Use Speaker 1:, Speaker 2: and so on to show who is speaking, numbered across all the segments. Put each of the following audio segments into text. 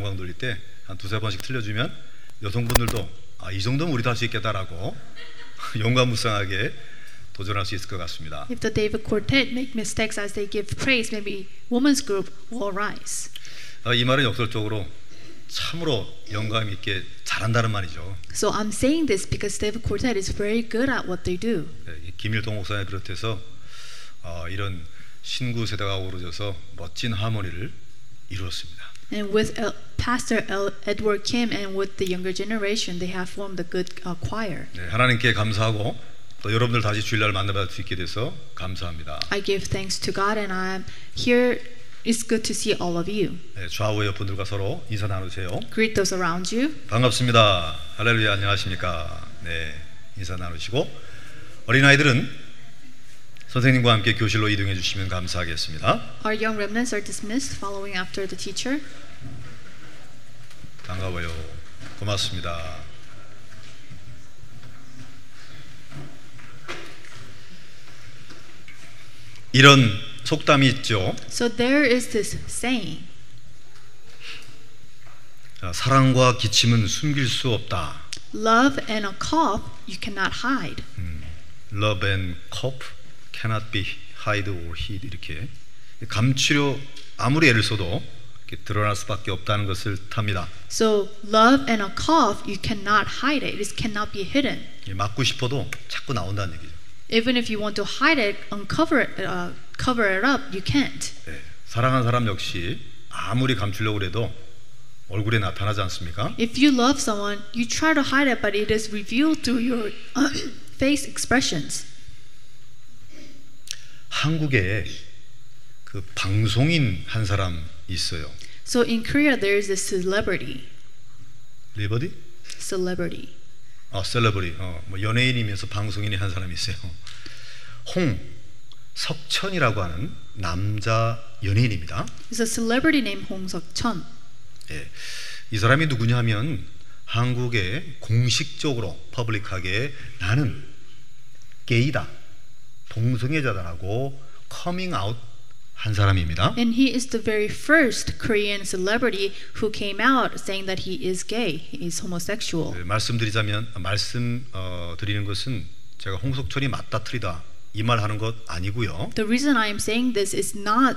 Speaker 1: 노래방 돌릴 때 한 두세 번씩 틀려주면 여성분들도 아, 이 정도면 우리도 할 수 있겠다라고 용감무쌍하게 도전할 수 있을 것 같습니다.
Speaker 2: If the David Quartet make mistakes as they give praise, maybe women's group will rise.
Speaker 1: 아, 이 말은 역설적으로 참으로 영감 있게 잘한다는 말이죠.
Speaker 2: So I'm saying this because David Quartet is very good at what they do.
Speaker 1: 네, 이 김일동 목사님 비롯해서 아, 이런 신구 세대가 어우러져서 멋진 하모니를 이루었습니다.
Speaker 2: And with El- Pastor El- Edward Kim and with the younger generation, they have formed a good uh, choir.
Speaker 1: 네, 하나님께 감사하고 또 여러분들 다시 주일날 만나뵐 수 있게 돼서 감사합니다.
Speaker 2: I give thanks to God, and I'm here. It's good to see all of you.
Speaker 1: 네, 좌우의 옆분들과 서로 인사 나누세요.
Speaker 2: Greet those around you.
Speaker 1: 반갑습니다. 할렐루야 안녕하십니까? 네 인사 나누시고 어린 아이들은 선생님과 함께 교실로 이동해 주시면 감사하겠습니다.
Speaker 2: Our young remnants are dismissed following after the teacher.
Speaker 1: 반가워요. 고맙습니다. 이런 속담이 있죠.
Speaker 2: So there is this saying
Speaker 1: 자, 사랑과 기침은 숨길 수 없다.
Speaker 2: love and a cough you cannot hide.
Speaker 1: Love and cough cannot be hide or hid 이렇게 감추려 아무리 애를 써도 이렇게 드러날 수밖에 없다는 것을 탑니다.
Speaker 2: So love and a cough you cannot hide it. It cannot be hidden.
Speaker 1: 예, 막고 싶어도 자꾸 나온다는 얘기죠.
Speaker 2: Even if you want to hide it, uncover it, uh, cover it up, you can't.
Speaker 1: 예, 사랑하는 사람 역시 아무리 감추려고 해도 얼굴에 나타나지 않습니까?
Speaker 2: If you love someone, you try to hide it, but it is revealed through your face expressions.
Speaker 1: 한국에 그 방송인 한 사람 있어요.
Speaker 2: So in Korea, there is this celebrity,
Speaker 1: 리버디?
Speaker 2: celebrity,
Speaker 1: 아, 셀러브리. 어, 뭐 연예인이면서 방송인이 한 사람이 있어요. 홍 석천이라고 하는 남자 연예인입니다.
Speaker 2: It's a celebrity named Hong Seok Chun.
Speaker 1: 예. 이 사람이 누구냐 하면 한국에 공식적으로 퍼블릭하게 나는 게이다. 동성애자다라고 커밍 아웃 한 사람입니다.
Speaker 2: And he is the very first Korean celebrity who came out saying that he is gay, he is homosexual.
Speaker 1: 예, 말씀드리자면 아, 말씀 어, 드리는 것은 제가 홍석천이 맞다 틀리다 이 말 하는 것 아니고요.
Speaker 2: The reason I am saying this is not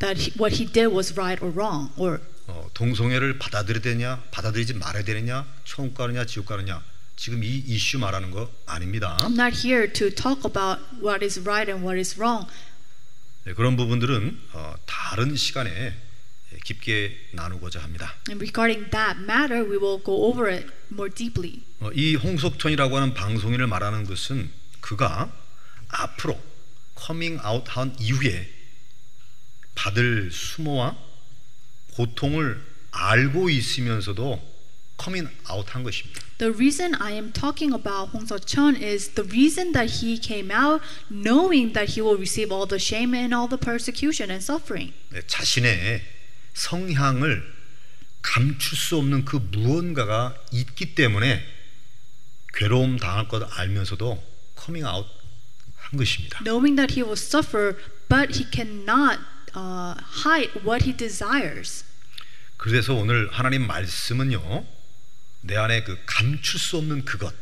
Speaker 2: that he, what he did was right or wrong, or
Speaker 1: 어, 동성애를 받아들여야 되냐 받아들이지 말아야 되느냐 천국 가느냐 지옥 가느냐 지금 이 이슈 말하는 거 아닙니다.
Speaker 2: I'm not here to talk about what is right and what is wrong.
Speaker 1: 네, 그런 부분들은 어, 다른 시간에 예, 깊게 나누고자 합니다.
Speaker 2: And regarding that matter, we will go over it more deeply.
Speaker 1: 어, 이 홍석천이라고 하는 방송인을 말하는 것은 그가 앞으로 커밍 아웃한 이후에 받을 수모와 고통을 알고 있으면서도 커밍 아웃한 것입니다.
Speaker 2: The reason I am talking about Hong Seo Chun is the reason that he came out knowing that he will receive all the shame and all the persecution and suffering.
Speaker 1: 네, 자신의 성향을 감출 수 없는 그 무언가가 있기 때문에 괴로움 당할 것 알면서도 커밍 아웃 한 것입니다.
Speaker 2: knowing that he will suffer, but he cannot uh, hide what he desires.
Speaker 1: 그래서 오늘 하나님 말씀은요 내 안에 그 감출 수 없는 그것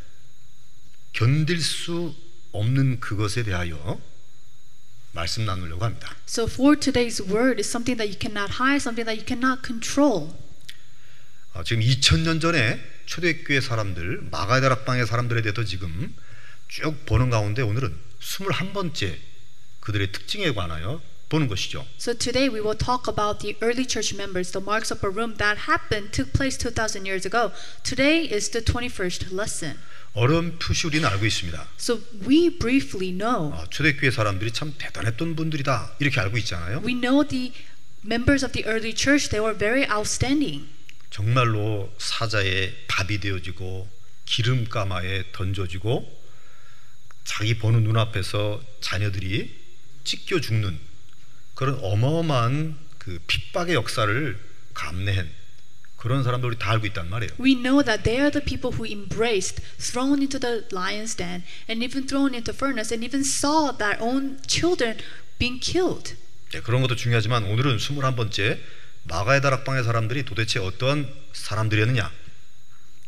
Speaker 1: 견딜 수 없는 그것에 대하여 말씀 나누려고 합니다
Speaker 2: So, for today's word is something that you cannot hide, something that you cannot control.
Speaker 1: 아, 지금 2000년 전에 초대교회 사람들 마가다락방의 사람들에 대해서 지금 쭉 보는 가운데 오늘은 21번째 그들의 특징에 관하여 보는 것이죠
Speaker 2: So, today we will talk about the early church members, the marks of a room that happened, took place 2,000 years ago. Today is the 21st lesson.
Speaker 1: 어렴풋이 우리는 알고 있습니다
Speaker 2: So, we briefly know.
Speaker 1: 아, 초대교회 사람들이 참 대단했던 분들이다 이렇게 알고 있잖아요
Speaker 2: We know the members of the early church, they were very outstanding.
Speaker 1: 정말로 사자의 밥이 되어지고 기름가마에 던져지고 자기 보는 눈앞에서 자녀들이 찢겨 죽는 그런 어마어마한 그 핍박의 역사를 감내한 그런 사람들 우리 다 알고 있단 말이에요.
Speaker 2: We know that they are the people who embraced, thrown into the lion's den, and even thrown into furnace, and even saw their own children being killed.
Speaker 1: 네, 그런 것도 중요하지만 오늘은 21번째 마가의 다락방의 사람들이 도대체 어떤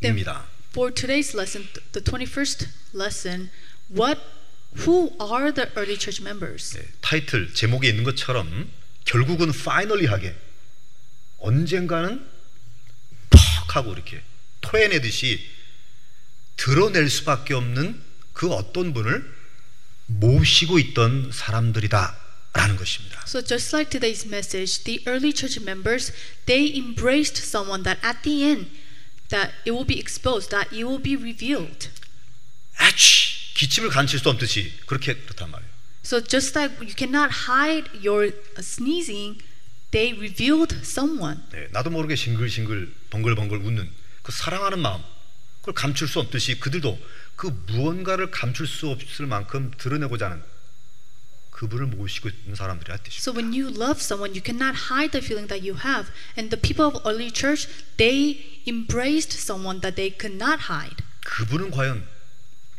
Speaker 1: 사람들이었느냐입니다.
Speaker 2: For today's lesson, th- the 21st lesson, what who are the early church members?
Speaker 1: 예, 타이틀 제목에 있는 것처럼 결국은 파이널리하게 언젠가는 퍽 하고 이렇게 토해내듯이 드러낼 수밖에 없는 그 어떤 분을 모시고 있던 사람들이다라는 것입니다.
Speaker 2: So just like today's message, the early church members, they embraced someone that at the end that it will be exposed, that it will be revealed.
Speaker 1: 아치 기침을 간칠 수 없듯이 그렇게 그렇단 말이에요.
Speaker 2: So just like you cannot hide your uh, sneezing, they revealed someone.
Speaker 1: 네, 나도 모르게 싱글싱글 번글번글 웃는 그 사랑하는 마음 그걸 감출 수 없듯이 그들도 그 무언가를 감출 수 없을 만큼 드러내고자 하는 그분을 모시고 있는 사람들이라 뜻이죠.
Speaker 2: So when you love someone, you cannot hide the feeling that you have. And the people of early church, they embraced someone that they could not hide.
Speaker 1: 그분은 과연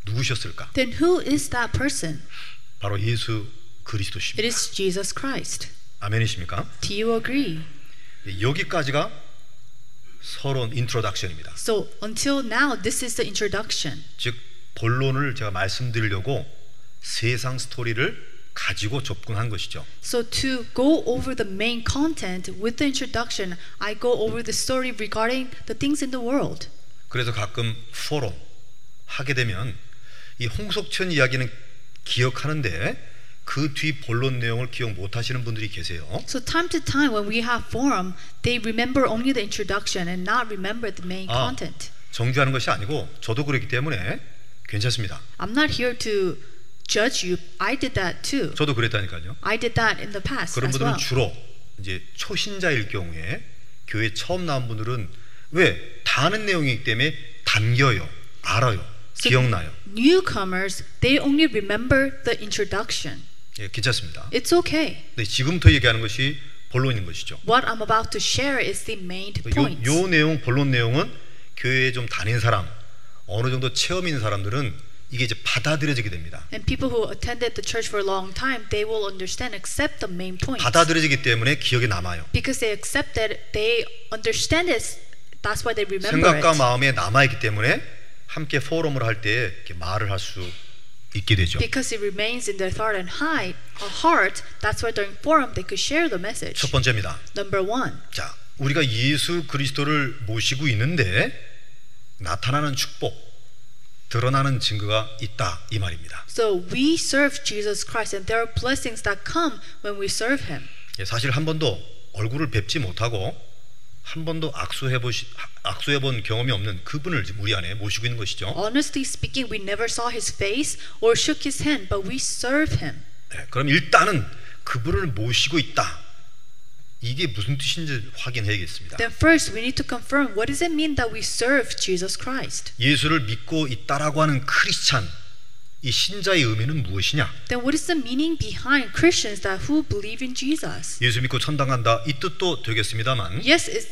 Speaker 1: 누구셨을까?
Speaker 2: Then who is that person?
Speaker 1: 바로 예수
Speaker 2: It
Speaker 1: 그리스도십니다.
Speaker 2: is Jesus Christ.
Speaker 1: 아멘이십니까?
Speaker 2: Do you agree?
Speaker 1: 네, 여기까지가 서론 인트로덕션입니다.
Speaker 2: So until now, this is the introduction.
Speaker 1: 즉 본론을 제가 말씀드리려고 세상 스토리를 가지고 접근한 것이죠.
Speaker 2: So to go over the main content with the introduction, I go over the story regarding the things in the world.
Speaker 1: 그래서 가끔 포럼 하게 되면 이 홍석천 이야기는 기억하는데 그 뒤 본론 내용을 기억 못 하시는 분들이 계세요.
Speaker 2: So time to time when we have forum, they remember only the introduction and not remember the main
Speaker 1: Ah.
Speaker 2: content.
Speaker 1: 정죄하는 것이 아니고 저도 그렇기 때문에 괜찮습니다.
Speaker 2: I'm not here to judge you. I did that too.
Speaker 1: 저도 그랬다니까요.
Speaker 2: I did that in the past
Speaker 1: 그런
Speaker 2: as
Speaker 1: 분들은
Speaker 2: well.
Speaker 1: 주로 이제 초신자일 경우에 교회 처음 나온 분들은 왜 다는 내용이기 때문에 담겨요, 알아요,
Speaker 2: So-
Speaker 1: 기억나요.
Speaker 2: Newcomers, they only remember the introduction.
Speaker 1: 예, 괜찮습니다.
Speaker 2: It's okay.
Speaker 1: 근데 지금부터 얘기하는 것이 본론인 것이죠.
Speaker 2: What I'm about to share is the main
Speaker 1: 요,
Speaker 2: point.
Speaker 1: 요 내용 본론 내용은 교회에 좀 다닌 사람 어느 정도 체험인 사람들은 이게 이제 받아들여지게 됩니다.
Speaker 2: And people who attended the church for a long time, they will understand, accept the main point.
Speaker 1: 받아들여지기 때문에 기억에 남아요.
Speaker 2: Because they accept it, they understand it. That's why they remember
Speaker 1: 생각과
Speaker 2: it.
Speaker 1: 마음에 남아 있기 때문에 함께 포럼을 할 때 이렇게 말을 할 수 있게 되죠.
Speaker 2: Because it remains in their thought and high, or heart, that's why during forum they could share the message.
Speaker 1: 첫 번째입니다.
Speaker 2: Number one.
Speaker 1: 자, 우리가 예수 그리스도를 모시고 있는데 나타나는 축복, 드러나는 증거가 있다 이 말입니다.
Speaker 2: So we serve Jesus Christ, and there are blessings that come when we serve Him.
Speaker 1: 예, 사실 한 번도 얼굴을 뵙지 못하고 한 번도 악수해 보시 악수해 본 경험이 없는 그분을 지금 우리 안에 모시고 있는 것이죠.
Speaker 2: Honestly speaking, we never saw His face or shook His hand, but we serve Him.
Speaker 1: 네, 그럼 일단은 그분을 모시고 있다. 이게 무슨 뜻인지 확인해야겠습니다.
Speaker 2: Then first, we need to confirm what does it mean that we serve Jesus Christ.
Speaker 1: 예수를 믿고 있다라고 하는 크리스찬 이 신자의 의미는 무엇이냐?
Speaker 2: Then what is the meaning behind Christians that who believe in Jesus?
Speaker 1: 예수 믿고 천당 간다 이 뜻도 되겠습니다만
Speaker 2: Yes, it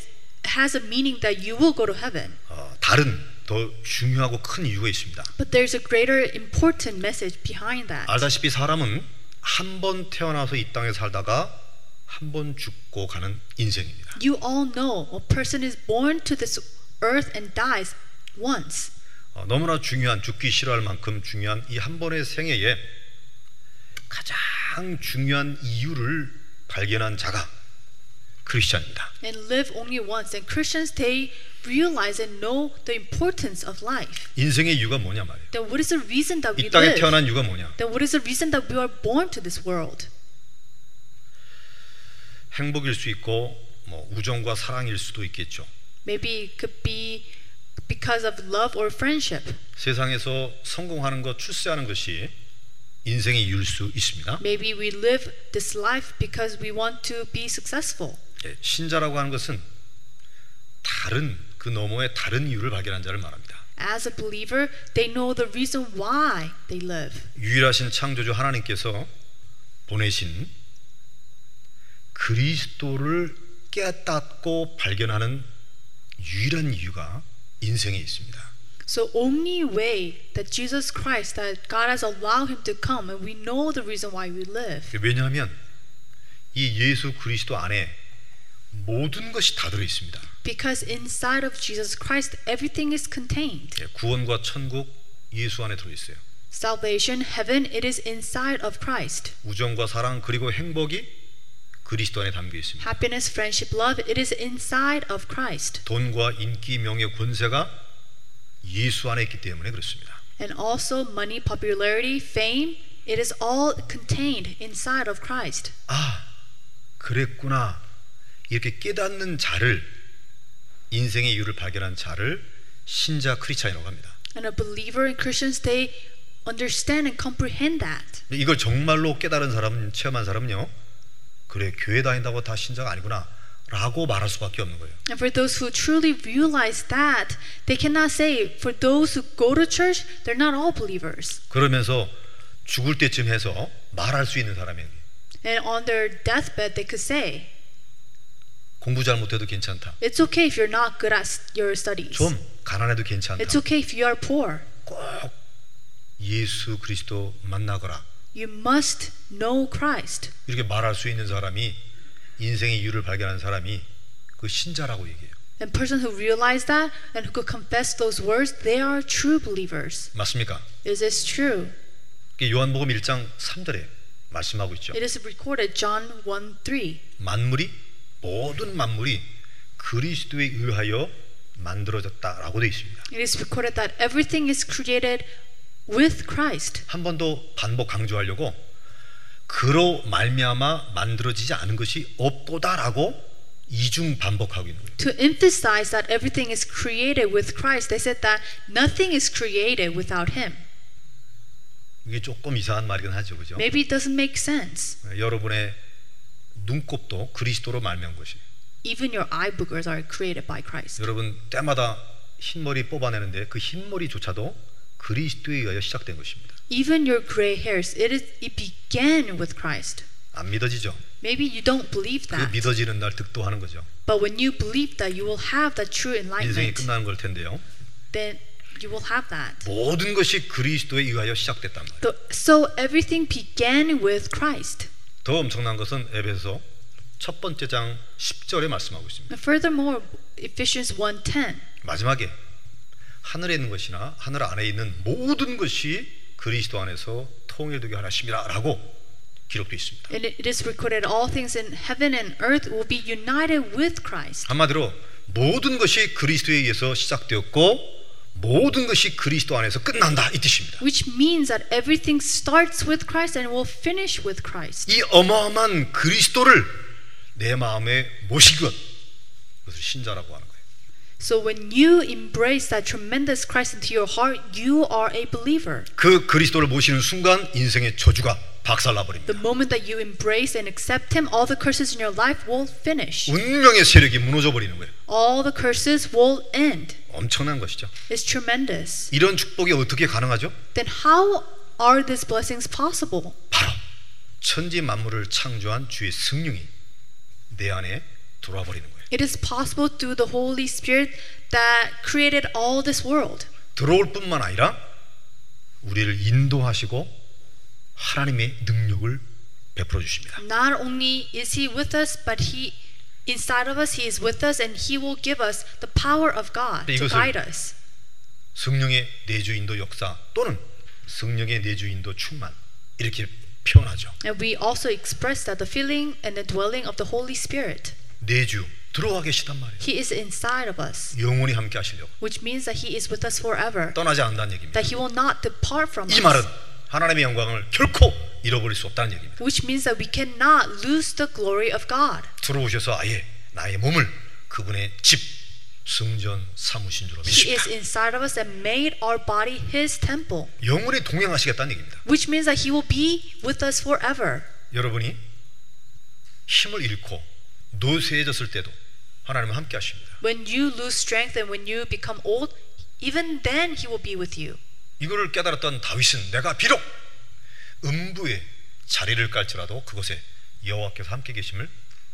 Speaker 2: has a meaning that you will go to heaven,
Speaker 1: 어, 다른 더 중요하고 큰 이유가 있습니다.
Speaker 2: but there's a greater important message behind that.
Speaker 1: 알다시피 사람은 한 번 태어나서 이 땅에 살다가 한 번 죽고 가는 인생입니다.
Speaker 2: You all know a person is born to this earth and dies once.
Speaker 1: 어, 너무나 중요한 죽기 싫어할 만큼 중요한 이 한 번의 생애에 가장 중요한 이유를 발견한 자가 크리스천입니다.
Speaker 2: and live only once. And Christians, they realize and know the importance of life.
Speaker 1: 인생의 이유가 뭐냐 말이에요.
Speaker 2: Then what is the reason that we
Speaker 1: 이 땅에
Speaker 2: live?
Speaker 1: 태어난 이유가 뭐냐?
Speaker 2: Then what is the reason that we are born to this world?
Speaker 1: 행복일 수 있고 뭐 우정과 사랑일 수도 있겠죠.
Speaker 2: Maybe it could be because of love or friendship.
Speaker 1: 세상에서 성공하는 것, 출세하는 것이 인생의 이유일 수 있습니다.
Speaker 2: Maybe we live this life because we want to be successful.
Speaker 1: 예, 신자라고 하는 것은 다른 그 너머의 다른 이유를 발견한 자를 말합니다.
Speaker 2: As a believer, they know the reason why they live.
Speaker 1: 유일하신 창조주 하나님께서 보내신 그리스도를 깨닫고 발견하는 유일한 이유가 인생에 있습니다.
Speaker 2: So only way that Jesus Christ, that God has allowed him to come, and we know the reason why we live.
Speaker 1: 왜냐하면 이 예수 그리스도 안에 모든 것이 다 들어 있습니다.
Speaker 2: Because inside of Jesus Christ, everything is contained.
Speaker 1: 예, 구원과 천국 예수 안에 들어 있어요.
Speaker 2: Salvation, heaven, it is inside of Christ.
Speaker 1: 우정과 사랑 그리고 행복이 그리스도 안에 담겨 있습니다.
Speaker 2: Happiness, friendship, love, it is inside of Christ.
Speaker 1: 돈과 인기, 명예, 권세가 예수 안에 있기 때문에 그렇습니다.
Speaker 2: And also money, popularity, fame, it is all contained inside of Christ.
Speaker 1: 아, 그랬구나. 이렇게 깨닫는 자를 인생의 이유를 발견한 자를 신자 크리스찬이라고 합니다.
Speaker 2: And a believer and Christians, they understand and comprehend that.
Speaker 1: 근데 이걸 정말로 깨달은 사람, 체험한 사람은요. 그래, 교회 다닌다고 다 신자가 아니구나. 라고 말할 수밖에 없는 거예요.
Speaker 2: And for those who truly realize that, they cannot say, for those who go to church, they're not all believers.
Speaker 1: 그러면서 죽을 때쯤 해서 말할 수 있는 사람에게
Speaker 2: And on their deathbed, they could say,
Speaker 1: 공부 잘 못해도 괜찮다.
Speaker 2: It's okay if you're not good at s- your studies.
Speaker 1: 좀 가난해도 괜찮다.
Speaker 2: It's okay if you are poor.
Speaker 1: 꼭 예수 그리스도 만나거라.
Speaker 2: You must know Christ.
Speaker 1: 이렇게 말할 수 있는 사람이 인생의 이유를 발견한 사람이 그 신자라고 얘기해요.
Speaker 2: And person who realize that and who could confess those words, they are true believers.
Speaker 1: 맞습니까?
Speaker 2: Is this true?
Speaker 1: 이게 요한복음 1장 3절에 말씀하고 있죠.
Speaker 2: It is recorded John 1 3.
Speaker 1: 만물이 모든 만물이 그리스도에 의하여 만들어졌다라고 되어 있습니다.
Speaker 2: It is recorded that everything is created with Christ.
Speaker 1: 한 번 더 반복 강조하려고 그로 말미암아 만들어지지 않은 것이 없도다라고 이중 반복하고 있는 거예요.
Speaker 2: To emphasize that everything is created with Christ, they said that nothing is created without Him.
Speaker 1: 이게 조금 이상한 말이긴 하죠, 그죠?
Speaker 2: Maybe it doesn't make sense.
Speaker 1: 여러분의 눈곱도 그리스도로 말미암은 것이.
Speaker 2: Even your eye boogers are created by Christ.
Speaker 1: 여러분 때마다 흰머리 뽑아내는데 그 흰머리조차도 그리스도에 의하여 시작된 것입니다.
Speaker 2: Even your gray hairs, it, is, it began with Christ.
Speaker 1: 안 믿어지죠?
Speaker 2: Maybe you don't believe
Speaker 1: 그
Speaker 2: that,
Speaker 1: 믿어지는 날 득도하는 거죠.
Speaker 2: but when you believe that, you will have that true
Speaker 1: 인생이
Speaker 2: enlightenment.
Speaker 1: 끝나는 걸 텐데요.
Speaker 2: Then you will have that.
Speaker 1: 모든 것이 그리스도에 의하여 시작됐단 말이에요.
Speaker 2: The- So everything began with Christ.
Speaker 1: 더 엄청난 것은 에베소 첫 번째 장 10절에 말씀하고 있습니다.
Speaker 2: And furthermore, Ephesians 1:10.
Speaker 1: 마지막에 하늘에 있는 것이나 하늘 안에 있는 모든 것이 그리스도 안에서 통일되게 하라심이라라고 기록되어 있습니다.
Speaker 2: And it it is recorded all things in heaven and earth will be united with Christ.
Speaker 1: 한마디로 모든 것이 그리스도에 의해서 시작되었고 모든 것이 그리스도 안에서 끝난다 이 뜻입니다.
Speaker 2: Which means that everything starts with Christ and will finish with Christ.
Speaker 1: 이 어마어마한 그리스도를 내 마음에 모시건 그것을 신자라고 하는 거예요.
Speaker 2: So when you embrace that tremendous Christ into your heart, you are a believer.
Speaker 1: 그 그리스도를 모시는 순간 인생의 저주가 박살나
Speaker 2: The
Speaker 1: 버립니다.
Speaker 2: moment that you embrace and accept Him, all the curses in your life will finish.
Speaker 1: 운명의 세력이 무너져 버리는 거예요.
Speaker 2: All the curses will end.
Speaker 1: 엄청난 것이죠.
Speaker 2: It's tremendous.
Speaker 1: 이런 축복이 어떻게 가능하죠?
Speaker 2: Then how are these blessings possible?
Speaker 1: 바로 천지 만물을 창조한 주의 성령이 내 안에 들어와 버리는 거예요.
Speaker 2: It is possible through the Holy Spirit that created all this world.
Speaker 1: 들어올 뿐만 아니라 우리를 인도하시고 하나님의 능력을 베풀어 주십니다.
Speaker 2: Not only is He with us, but He inside of us, He is with us, and He will give us the power of God
Speaker 1: 네,
Speaker 2: to
Speaker 1: 이것을-
Speaker 2: guide us.
Speaker 1: 성령의 내주 인도 역사 또는 성령의 내주 인도 충만 이렇게 표현하죠.
Speaker 2: And we also express that the filling and the dwelling of the Holy Spirit.
Speaker 1: 내주 들어와 계시단 말이에요.
Speaker 2: He is inside of us,
Speaker 1: 영원히 함께 하시려고
Speaker 2: which means that He is with us forever.
Speaker 1: 떠나지 않는다는 얘기입니다.
Speaker 2: that he will not depart from
Speaker 1: 이 말은
Speaker 2: us.
Speaker 1: 하나님의 영광을 결코 잃어버릴 수 없다는 얘기입니다.
Speaker 2: Which means that we cannot lose the glory of God.
Speaker 1: 들어오셔서 아예 나의 몸을 그분의 집 성전 삼으신 로
Speaker 2: He is
Speaker 1: 믿습니다.
Speaker 2: inside of us and made our body his temple.
Speaker 1: 영원히 동행하시겠다는 얘기입니다.
Speaker 2: Which means that he will be with us forever.
Speaker 1: 여러분이 힘을 잃고 노쇠해졌을 때도 하나님은 함께 하십니다.
Speaker 2: When you lose strength and when you become old, even then he will be with you.
Speaker 1: 이거를 깨달았던 다윗은 내가 비록 음부에 자리를 깔지라도 그곳에 여호와께서 함께 계심을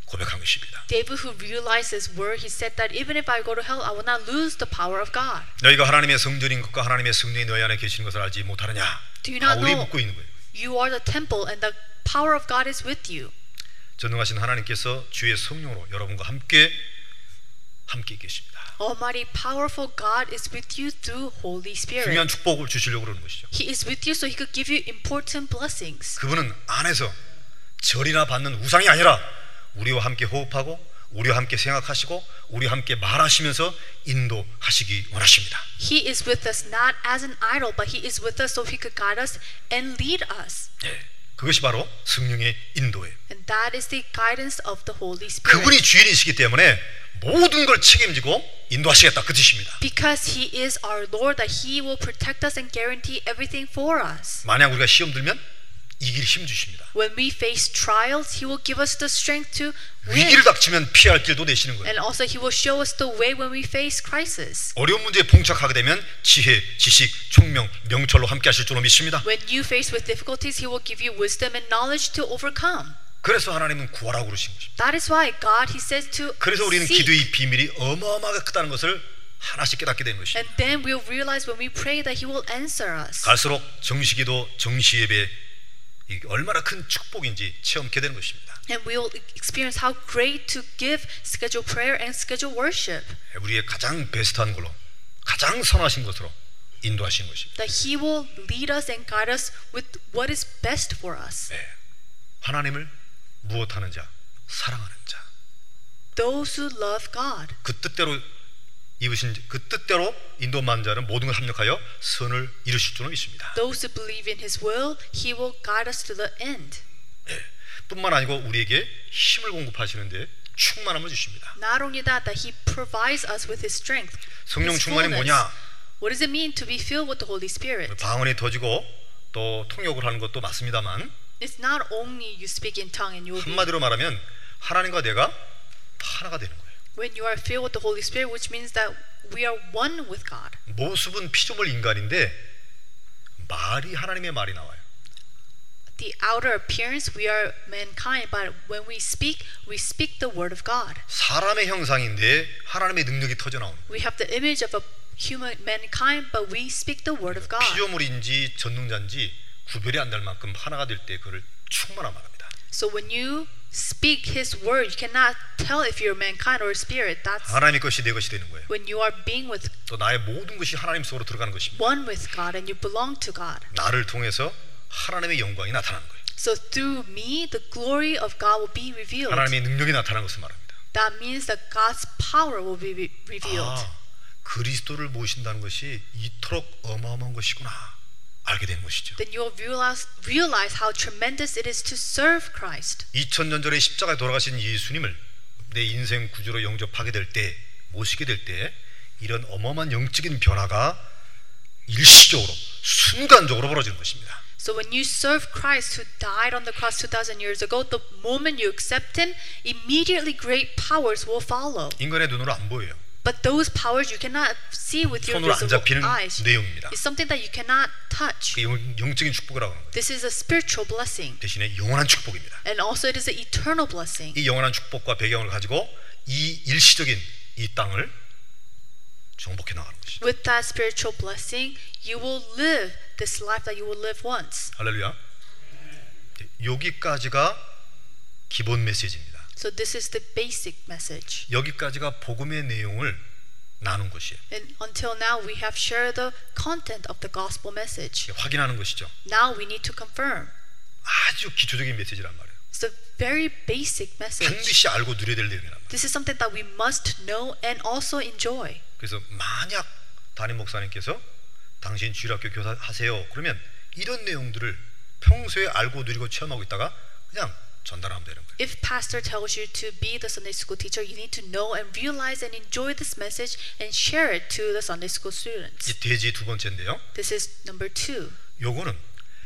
Speaker 1: 고백한 것입니다.
Speaker 2: David, who realized his word, he said that even if I go to hell, I will not lose the power of God.
Speaker 1: 너희가 하나님의 성전인 것과 하나님의 성령이 너희 안에 계시는 것을 알지 못하느냐?
Speaker 2: Do you not
Speaker 1: 바울이
Speaker 2: know
Speaker 1: 묻고 있는 거예요.
Speaker 2: you are the temple and the power of God is with you?
Speaker 1: 전능하신 하나님께서 주의 성령으로 여러분과 함께 함께 계십니다.
Speaker 2: Almighty, powerful God is with you through Holy Spirit.
Speaker 1: 중요한 축복을 주시려고 그러는 것이죠.
Speaker 2: He is with you so He could give you important blessings.
Speaker 1: 그분은 안에서 절이나 받는 우상이 아니라 우리와 함께 호흡하고 우리와 함께 생각하시고 우리와 함께 말하시면서 인도하시기 원하십니다.
Speaker 2: He is with us not as an idol, but He is with us so He could guide us and lead us.
Speaker 1: 예. 그것이 바로 성령의 인도예요.
Speaker 2: And that is the guidance of the Holy Spirit.
Speaker 1: 그분이 주인이시기 때문에 모든 걸 책임지고 인도하시겠다 그 뜻입니다.
Speaker 2: Because He is our Lord, that He will protect us and guarantee everything for us.
Speaker 1: 만약 우리가 시험 들면 이길 힘 주십니다.
Speaker 2: When we face trials, He will give us the strength to win.
Speaker 1: 위기를 닥치면 피할 길도 내시는 거예요.
Speaker 2: And also, He will show us the way when we face crisis.
Speaker 1: 어려운 문제에 봉착하게 되면 지혜, 지식, 총명, 명철로 함께 하실 줄로 믿습니다.
Speaker 2: When you face with difficulties, He will give you wisdom and knowledge to overcome.
Speaker 1: 그래서 하나님은 구하라고 그러신 것입니다.
Speaker 2: That is why God, He says to
Speaker 1: 그래서 우리는
Speaker 2: seek.
Speaker 1: 기도의 비밀이 어마어마하게 크다는 것을 하나씩 깨닫게 되는 것입니다.
Speaker 2: And then we'll realize when we pray that He will answer us.
Speaker 1: 갈수록 정시기도, 정시예배 이게 얼마나 큰 축복인지 체험케 되는 것입니다.
Speaker 2: And we will experience how great to give scheduled prayer and scheduled worship.
Speaker 1: 우리의 가장 베스트한 걸로, 가장 선하신 것으로 인도하시는 것입니다.
Speaker 2: That He will lead us and guide us with what is best for us.
Speaker 1: 네. 하나님을 무엇하는 자, 사랑하는 자,
Speaker 2: Those who love God.
Speaker 1: 그 뜻대로 입으신 그 뜻대로 인도만 자는 모든 걸 합력하여 선을 이루실 줄은 믿습니다.
Speaker 2: Those who believe in His will, He will guide us to the end.
Speaker 1: 예. 뿐만 아니고 우리에게 힘을 공급하시는데 충만함을 주십니다.
Speaker 2: Not only that, that He provides us with His strength.
Speaker 1: 성령
Speaker 2: His
Speaker 1: 충만이
Speaker 2: fullness.
Speaker 1: 뭐냐?
Speaker 2: What does it mean to be filled with the Holy Spirit?
Speaker 1: 방언이 터지고 또 통역을 하는 것도 맞습니다만
Speaker 2: It's not only you speak in tongue and you will be
Speaker 1: 한마디로 말하면 하나님과 내가 하나가 되는 거예요.
Speaker 2: when you are filled with the Holy Spirit, which means that we are one with God.
Speaker 1: 모습은 피조물 인간인데 말이 하나님의 말이 나와요.
Speaker 2: The outer appearance, we are mankind, but when we speak, we speak the word of God.
Speaker 1: 사람의 형상인데 하나님의 능력이 터져 나오는 거예요.
Speaker 2: We have the image of a human mankind, but we speak the word of God.
Speaker 1: 피조물인지 전능자인지 구별이 안 될 만큼 하나가 될 때 그를 충만함 말합니다.
Speaker 2: So when you speak His word, you cannot tell if you're mankind or spirit. That's
Speaker 1: 하나님의 것이 내 것이 되는 거예요.
Speaker 2: when you are being with
Speaker 1: 또 나의 모든 것이 하나님 속으로 들어가는 것입니다.
Speaker 2: one with God and you belong to God.
Speaker 1: 나를 통해서 하나님의 영광이 나타나는 거예요.
Speaker 2: So through me, the glory of God will be revealed.
Speaker 1: 하나님의 능력이 나타나는 것을 말합니다.
Speaker 2: That means that God's power will be re- revealed.
Speaker 1: 아, 그리스도를 모신다는 것이 이토록 어마어마한 것이구나 알게 된 것이죠.
Speaker 2: then you'll realize, realize how tremendous it is to serve Christ.
Speaker 1: 2000년 전에 십자가에 돌아가신 예수님을 내 인생 구주로 영접하게 될 때, 모시게 될 때 이런 어마어마한 영적인 변화가 일시적으로 순간적으로 벌어지는 것입니다.
Speaker 2: So when you serve Christ who died on the cross 2000 years ago, the moment you accept him, immediately great powers will follow.
Speaker 1: 인간의 눈으로 안 보여요.
Speaker 2: But those powers you cannot see with your
Speaker 1: 손으로 안
Speaker 2: visible
Speaker 1: 잡히는
Speaker 2: eyes.
Speaker 1: 내용입니다.
Speaker 2: It's something that you cannot touch.
Speaker 1: 그 영- 영적인 축복이라고 하는 거예요.
Speaker 2: This is a spiritual blessing.
Speaker 1: 대신에 영원한 축복입니다.
Speaker 2: And also it is an eternal blessing.
Speaker 1: 이 영원한 축복과 배경을 가지고 이 일시적인 이 땅을 정복해 나가는 것이죠.
Speaker 2: With that spiritual blessing, you will live this life that you will live once.
Speaker 1: 할렐루야. 여기까지가 기본 메시지입니다.
Speaker 2: So this is the basic message.
Speaker 1: 여기까지가 복음의 내용을 나눈 것이에요.
Speaker 2: And until now, we have shared the content of the gospel message.
Speaker 1: 확인하는 것이죠.
Speaker 2: Now we need to confirm.
Speaker 1: 아주 기초적인 메시지란 말이에요.
Speaker 2: It's a very basic message.
Speaker 1: 반드시 알고 누려야 될 내용이란 말이에요.
Speaker 2: This is something that we must know and also enjoy.
Speaker 1: 그래서 만약 담임 목사님께서 당신 주일학교 교사 하세요. 그러면 이런 내용들을 평소에 알고 누리고 체험하고 있다가 그냥 전달하면 되는 거예요.
Speaker 2: If pastor tells you to be the Sunday school teacher, you need to know and realize and enjoy this message and share it to the Sunday school students.
Speaker 1: 이 돼지 두 번째인데요.
Speaker 2: This is number 2.
Speaker 1: 요거는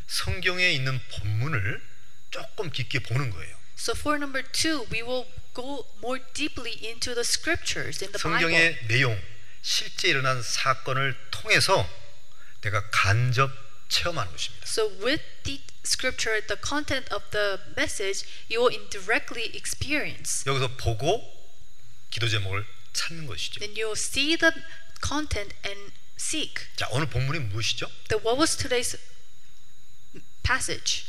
Speaker 1: 성경에 있는 본문을 조금 깊게 보는 거예요.
Speaker 2: So for number 2, we will go more deeply into the scriptures in the Bible.
Speaker 1: 성경의 내용, 실제 일어난 사건을 통해서 내가 간접 체험하는 것입니다.
Speaker 2: So with the scripture, the content of the message, you will indirectly experience.
Speaker 1: 여기서 보고 기도 제목을 찾는 것이죠.
Speaker 2: Then you'll see the content and seek.
Speaker 1: 자, 오늘 본문이 무엇이죠?
Speaker 2: Then what was today's passage?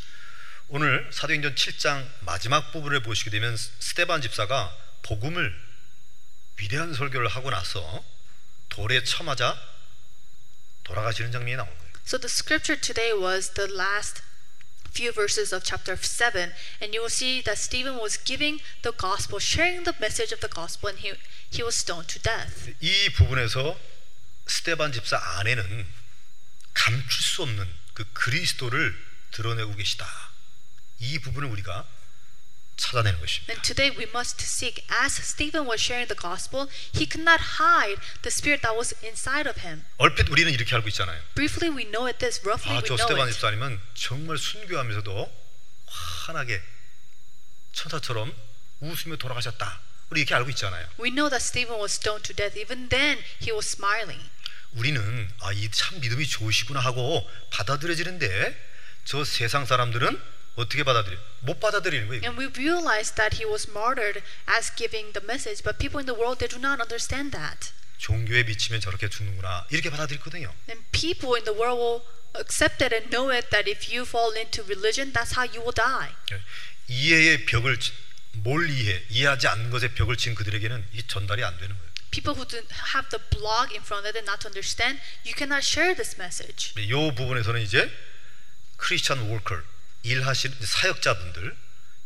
Speaker 1: 오늘 사도행전 7장 마지막 부분을 보시게 되면 스테반 집사가 복음을 위대한 설교를 하고 나서 돌에 쳐맞아 돌아가시는 장면이 나온 거예요.
Speaker 2: So the scripture today was the last few verses of chapter 7 and you will see that Stephen was giving the gospel sharing the message of the gospel and he he was stoned to death.
Speaker 1: 이 부분에서 스테반 집사 안에는 감출 수 없는 그 그리스도를 드러내고 계시다. 이 부분을 우리가 찾아내는 것입니다.
Speaker 2: And today we must seek as Stephen was sharing the gospel, he could not hide the spirit that was inside of him.
Speaker 1: 얼핏 우리는 이렇게 알고 있잖아요.
Speaker 2: Briefly we know it this roughly
Speaker 1: 아,
Speaker 2: we
Speaker 1: 저
Speaker 2: know
Speaker 1: 스테반
Speaker 2: it.
Speaker 1: 집사님은 정말 순교하면서도 환하게 천사처럼 웃으며 돌아가셨다. 우리 이렇게 알고 있잖아요.
Speaker 2: We know that Stephen was stoned to death. Even then, he was smiling.
Speaker 1: 우리는 아, 이 참 믿음이 좋으시구나 하고 받아들여지는데 저 세상 사람들은 어떻게 받아들여? 못 받아들이는 거예요.
Speaker 2: And we realize that he was martyred as giving the message, but people in the world they do not understand that.
Speaker 1: 종교에 미치면 저렇게 죽는구나. 이렇게 받아들이거든요.
Speaker 2: And people in the world will accept it and know it that if you fall into religion, that's how you will die.
Speaker 1: 예. 이해의 벽을 치- 뭘 이해, 이해하지 않는 것의 벽을 친 그들에게는 이 전달이 안 되는 거예요.
Speaker 2: People who do have the blog in front of them not to understand, you cannot share this message.
Speaker 1: 이 부분에서는 이제 크리스천 워커 일하시는 사역자분들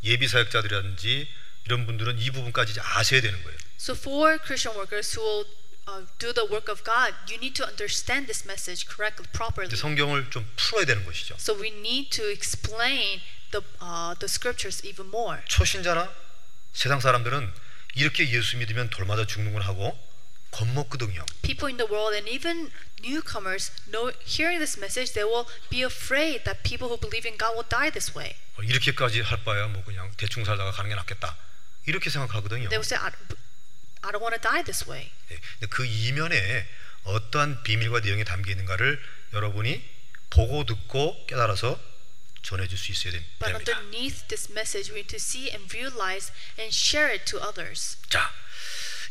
Speaker 1: 예비 사역자들이라든지 이런 분들은 이 부분까지 이제 아셔야 되는 거예요.
Speaker 2: So for Christian workers who will uh, do the work of God, you need to understand this message correctly, properly.
Speaker 1: 이제 성경을 좀 풀어야 되는 것이죠.
Speaker 2: So we need to explain the uh, the scriptures even more.
Speaker 1: 초신자나 세상 사람들은 이렇게 예수 믿으면 돌마다 죽는구나 하고 겁먹거든요.
Speaker 2: People in the world and even newcomers know hearing this message, they will be afraid that people who believe in God will die this way.
Speaker 1: 어, 이렇게까지 할 바야 뭐 그냥 대충 살다가 가는 게 낫겠다. 이렇게 생각하거든요.
Speaker 2: They will say, I, I don't want to die this way.
Speaker 1: 예, 근데 그 이면에 어떠한 비밀과 내용이 담겨 있는가를 여러분이 보고 듣고 깨달아서 전해줄 수 있어야 됨-
Speaker 2: But
Speaker 1: 됩니다.
Speaker 2: underneath this message, we need to see and realize and share it to others.
Speaker 1: 자,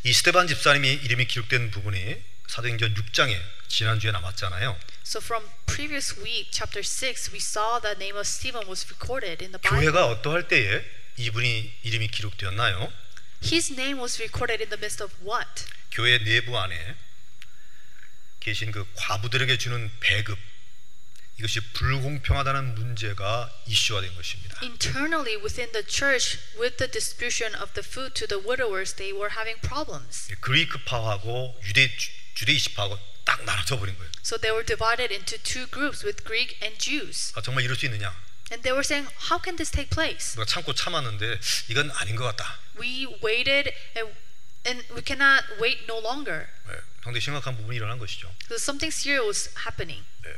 Speaker 1: 이 스테반 집사님이 이름이 기록된 부분이 사도행전 6장에 지난주에 남았잖아요.
Speaker 2: So from previous week, chapter 6, we saw the name of Stephen was recorded in the Bible.
Speaker 1: 교회가 어떠할 때에 이분이 이름이 기록되었나요?
Speaker 2: His name was recorded in the midst of what?
Speaker 1: 교회 내부 안에 계신 그 과부들에게 주는 배급 이것이 불공평하다는 문제가 이슈화된 것입니다.
Speaker 2: Internally within the church, with the distribution of the food to the widowers, they were having problems.
Speaker 1: 그리크파하고 유대 주데이시파하고 딱 나눠져 버린 거예요.
Speaker 2: So they were divided into two groups with Greek and Jews.
Speaker 1: 아, 정말 이럴 수 있느냐?
Speaker 2: And they were saying, How can this take place?
Speaker 1: 누가 참고 참았는데 이건 아닌 것 같다.
Speaker 2: We waited and, and we cannot wait no longer.
Speaker 1: 예, 상당히 심각한 부분이 일어난 것이죠.
Speaker 2: So something serious was happening.
Speaker 1: 예,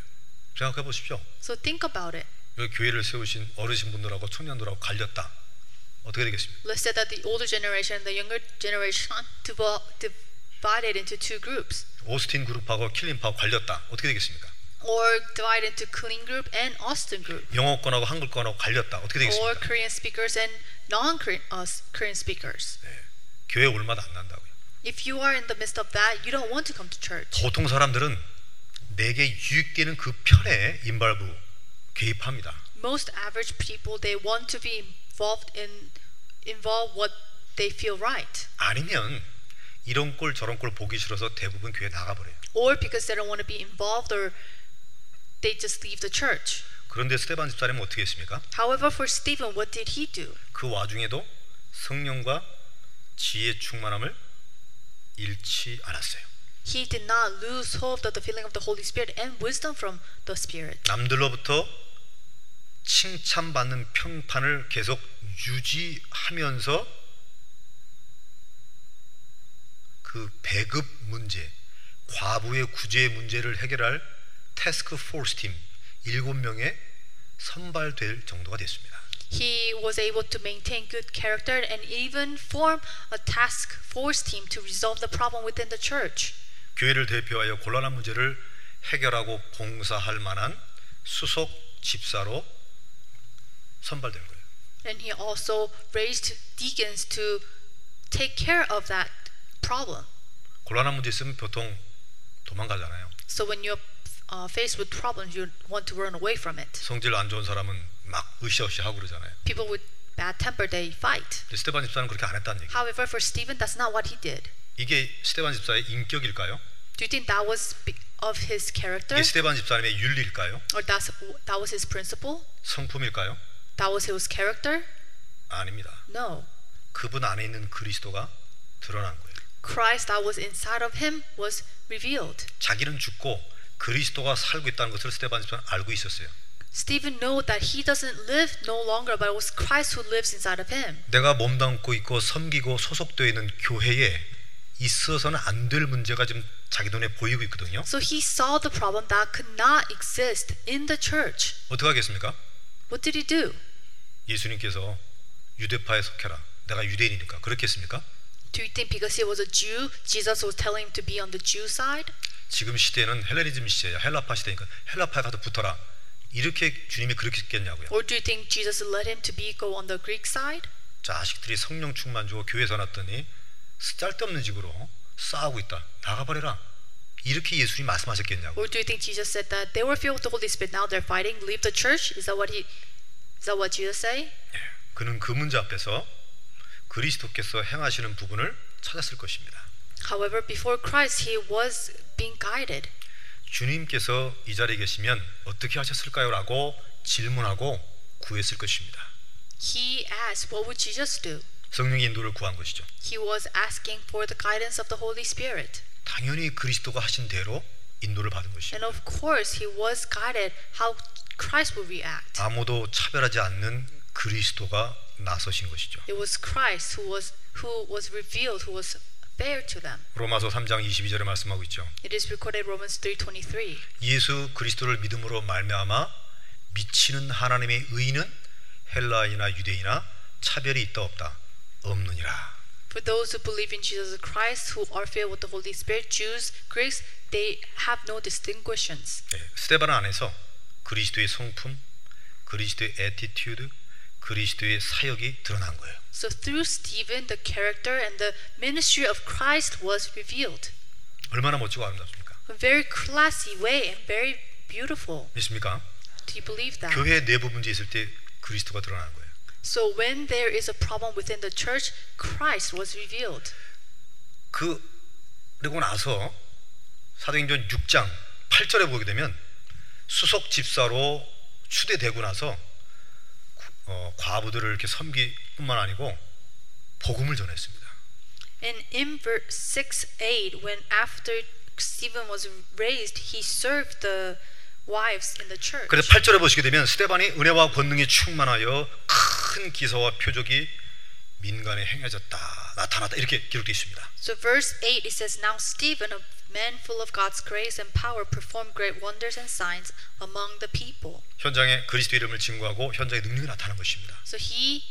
Speaker 1: 생각해 보십시오.
Speaker 2: So think about it.
Speaker 1: 여기 교회를 세우신 어르신분들하고 청년들하고 갈렸다. 어떻게 되겠습니까?
Speaker 2: Let's say that the older generation and the younger generation divo- divided into two groups,
Speaker 1: 오스틴 그룹하고 킬린파하고 갈렸다. 어떻게 되겠습니까?
Speaker 2: or divided into clean group and Austin group,
Speaker 1: 영어권하고 한글권하고 갈렸다. 어떻게
Speaker 2: or
Speaker 1: 되겠습니까?
Speaker 2: Korean speakers and non-Korean uh, Korean speakers.
Speaker 1: 예, 교회 올마다 안 난다고요.
Speaker 2: If you are in the midst of that, you don't want to come to church.
Speaker 1: 보통 사람들은 내게 유익되는 그 편에 임발부 개입합니다.
Speaker 2: Most average people they want to be involved in involve what they feel right,
Speaker 1: 아니면 이런 꼴 저런 꼴 보기 싫어서 대부분 교회 나가버려요.
Speaker 2: or because they don't want to be involved, or they just leave the church.
Speaker 1: 그런데 스테반 집사님은 어떻게 했습니까?
Speaker 2: However, for Stephen, what did he do?
Speaker 1: 그 와중에도 성령과 지혜 충만함을 잃지 않았어요.
Speaker 2: He did not lose hope of the feeling of the Holy Spirit and wisdom from the Spirit.
Speaker 1: 남들로부터 칭찬받는 평판을 계속 유지하면서 그 배급 문제, 과부의 구제 문제를 해결할 태스크 포스 팀 7명에 선발될 정도가 됐습니다.
Speaker 2: He was able to maintain good character and even form a task force team to resolve the problem within the church.
Speaker 1: 교회를 대표하여 곤란한 문제를 해결하고 봉사할 만한 수석 집사로 선발된 거예요.
Speaker 2: And he also raised deacons to take care of that problem.
Speaker 1: 곤란한 문제 있으면 보통 도망가잖아요.
Speaker 2: So when you uh, faced with problems, you want to run away from it.
Speaker 1: 성질 안 좋은 사람은 막 으쌰으쌰 하고 그러잖아요.
Speaker 2: People with bad temper, they fight.
Speaker 1: 근데 스테반 집사는 그렇게 안 했다는 얘기.
Speaker 2: However, for Stephen, that's not what he did.
Speaker 1: 이게 스테반 집사의 인격일까요?
Speaker 2: Do you think that was be- of his character,
Speaker 1: 이게 스테반 집사님의 윤리일까요?
Speaker 2: or that's that was his principle?
Speaker 1: 성품일까요?
Speaker 2: That was his character?
Speaker 1: 아닙니다.
Speaker 2: No.
Speaker 1: 그분 안에 있는 그리스도가 드러난 거예요.
Speaker 2: Christ that was inside of him was revealed.
Speaker 1: 자기는 죽고 그리스도가 살고 있다는 것을 스테반 집사는 알고 있었어요.
Speaker 2: Stephen knew that he doesn't live no longer, but it was Christ who lives inside of him.
Speaker 1: 내가 몸담고 있고 섬기고 소속되어 있는 교회에 있어서는 안 될 문제가 지금 자기 눈에 보이고 있거든요.
Speaker 2: So he saw the problem that could not exist in the church.
Speaker 1: 어떻게 하겠습니까?
Speaker 2: What did he do?
Speaker 1: 예수님께서 유대파에 속해라. 내가 유대인이니까 그렇게 했습니까?
Speaker 2: Do you think because he was a Jew, Jesus was telling him to be on the Jew side?
Speaker 1: 지금 시대는 헬레니즘 시대야. 헬라파 시대니까 헬라파에 가서 붙어라. 이렇게 주님이 그렇게 했겠냐고요.
Speaker 2: Or do you think Jesus led him to be go on the Greek side?
Speaker 1: 자식들이 성령 충만 주고 교회에서 났더니 쓸데없는 식으로 싸우고 있다. 나가버려라. 이렇게 예수님이 말씀하셨겠냐고.
Speaker 2: Or do you think Jesus said that they were filled with the Holy Spirit, now they're fighting, leave the church? Is that what he is that what Jesus say?
Speaker 1: 그는 그 문제 앞에서 그리스도께서 행하시는 부분을 찾았을 것입니다.
Speaker 2: However, before Christ he was being guided.
Speaker 1: 주님께서 이 자리에 계시면 어떻게 하셨을까요? 라고 질문하고 구했을 것입니다.
Speaker 2: He asked, What would Jesus do?
Speaker 1: 성령의 인도를 구한 것이죠.
Speaker 2: He was asking for the guidance of the Holy Spirit.
Speaker 1: 당연히 그리스도가 하신 대로 인도를 받은 것이죠.
Speaker 2: And of course, he was guided how Christ would react.
Speaker 1: 아무도 차별하지 않는 그리스도가 나서신 것이죠.
Speaker 2: It was Christ who was who was revealed, who was fair to them.
Speaker 1: 로마서 3장 22절에 말씀하고 있죠.
Speaker 2: It is recorded Romans 3:23.
Speaker 1: 예수 그리스도를 믿음으로 말미암아 미치는 하나님의 의는 헬라이나 유대이나 차별이 있다 없다 없느니라.
Speaker 2: For those who believe in Jesus Christ, who are filled with the Holy Spirit, Jews, Greeks, they have no distinctions.
Speaker 1: 예, 스테반 안에서 그리스도의 성품, 그리스도의 에티튜드, 그리스도의 사역이 드러난 거예요.
Speaker 2: So through Stephen, the character and the ministry of Christ was revealed.
Speaker 1: 얼마나 멋지고 아름답습니까?
Speaker 2: A very classy way and very beautiful.
Speaker 1: 믿습니까?
Speaker 2: Do you believe that?
Speaker 1: 교회 내부 문제 있을 때 그리스도가 드러나는 거예요.
Speaker 2: So when there is a problem within the church, Christ was revealed.
Speaker 1: 그 그리고 나서 사도행전 6장 8절에 보게 되면 수석 집사로 추대되고 나서 구- 어, 과부들을 이렇게 섬기뿐만 아니고 복음을 전했습니다.
Speaker 2: And in verse 6 8, when after Stephen was raised, he served the wives in the church.
Speaker 1: 그래서 8절에 보시게 되면 스테반이 은혜와 권능이 충만하여 큰 기사와 표적이 민간에 행해졌다 나타났다 이렇게 기록되어 있습니다.
Speaker 2: So verse 8 it says now Stephen a man full of God's grace and power performed great wonders and signs among the people.
Speaker 1: 현장에 그리스도 이름을 증거하고 현장의 능력이 나타난 것입니다.
Speaker 2: So he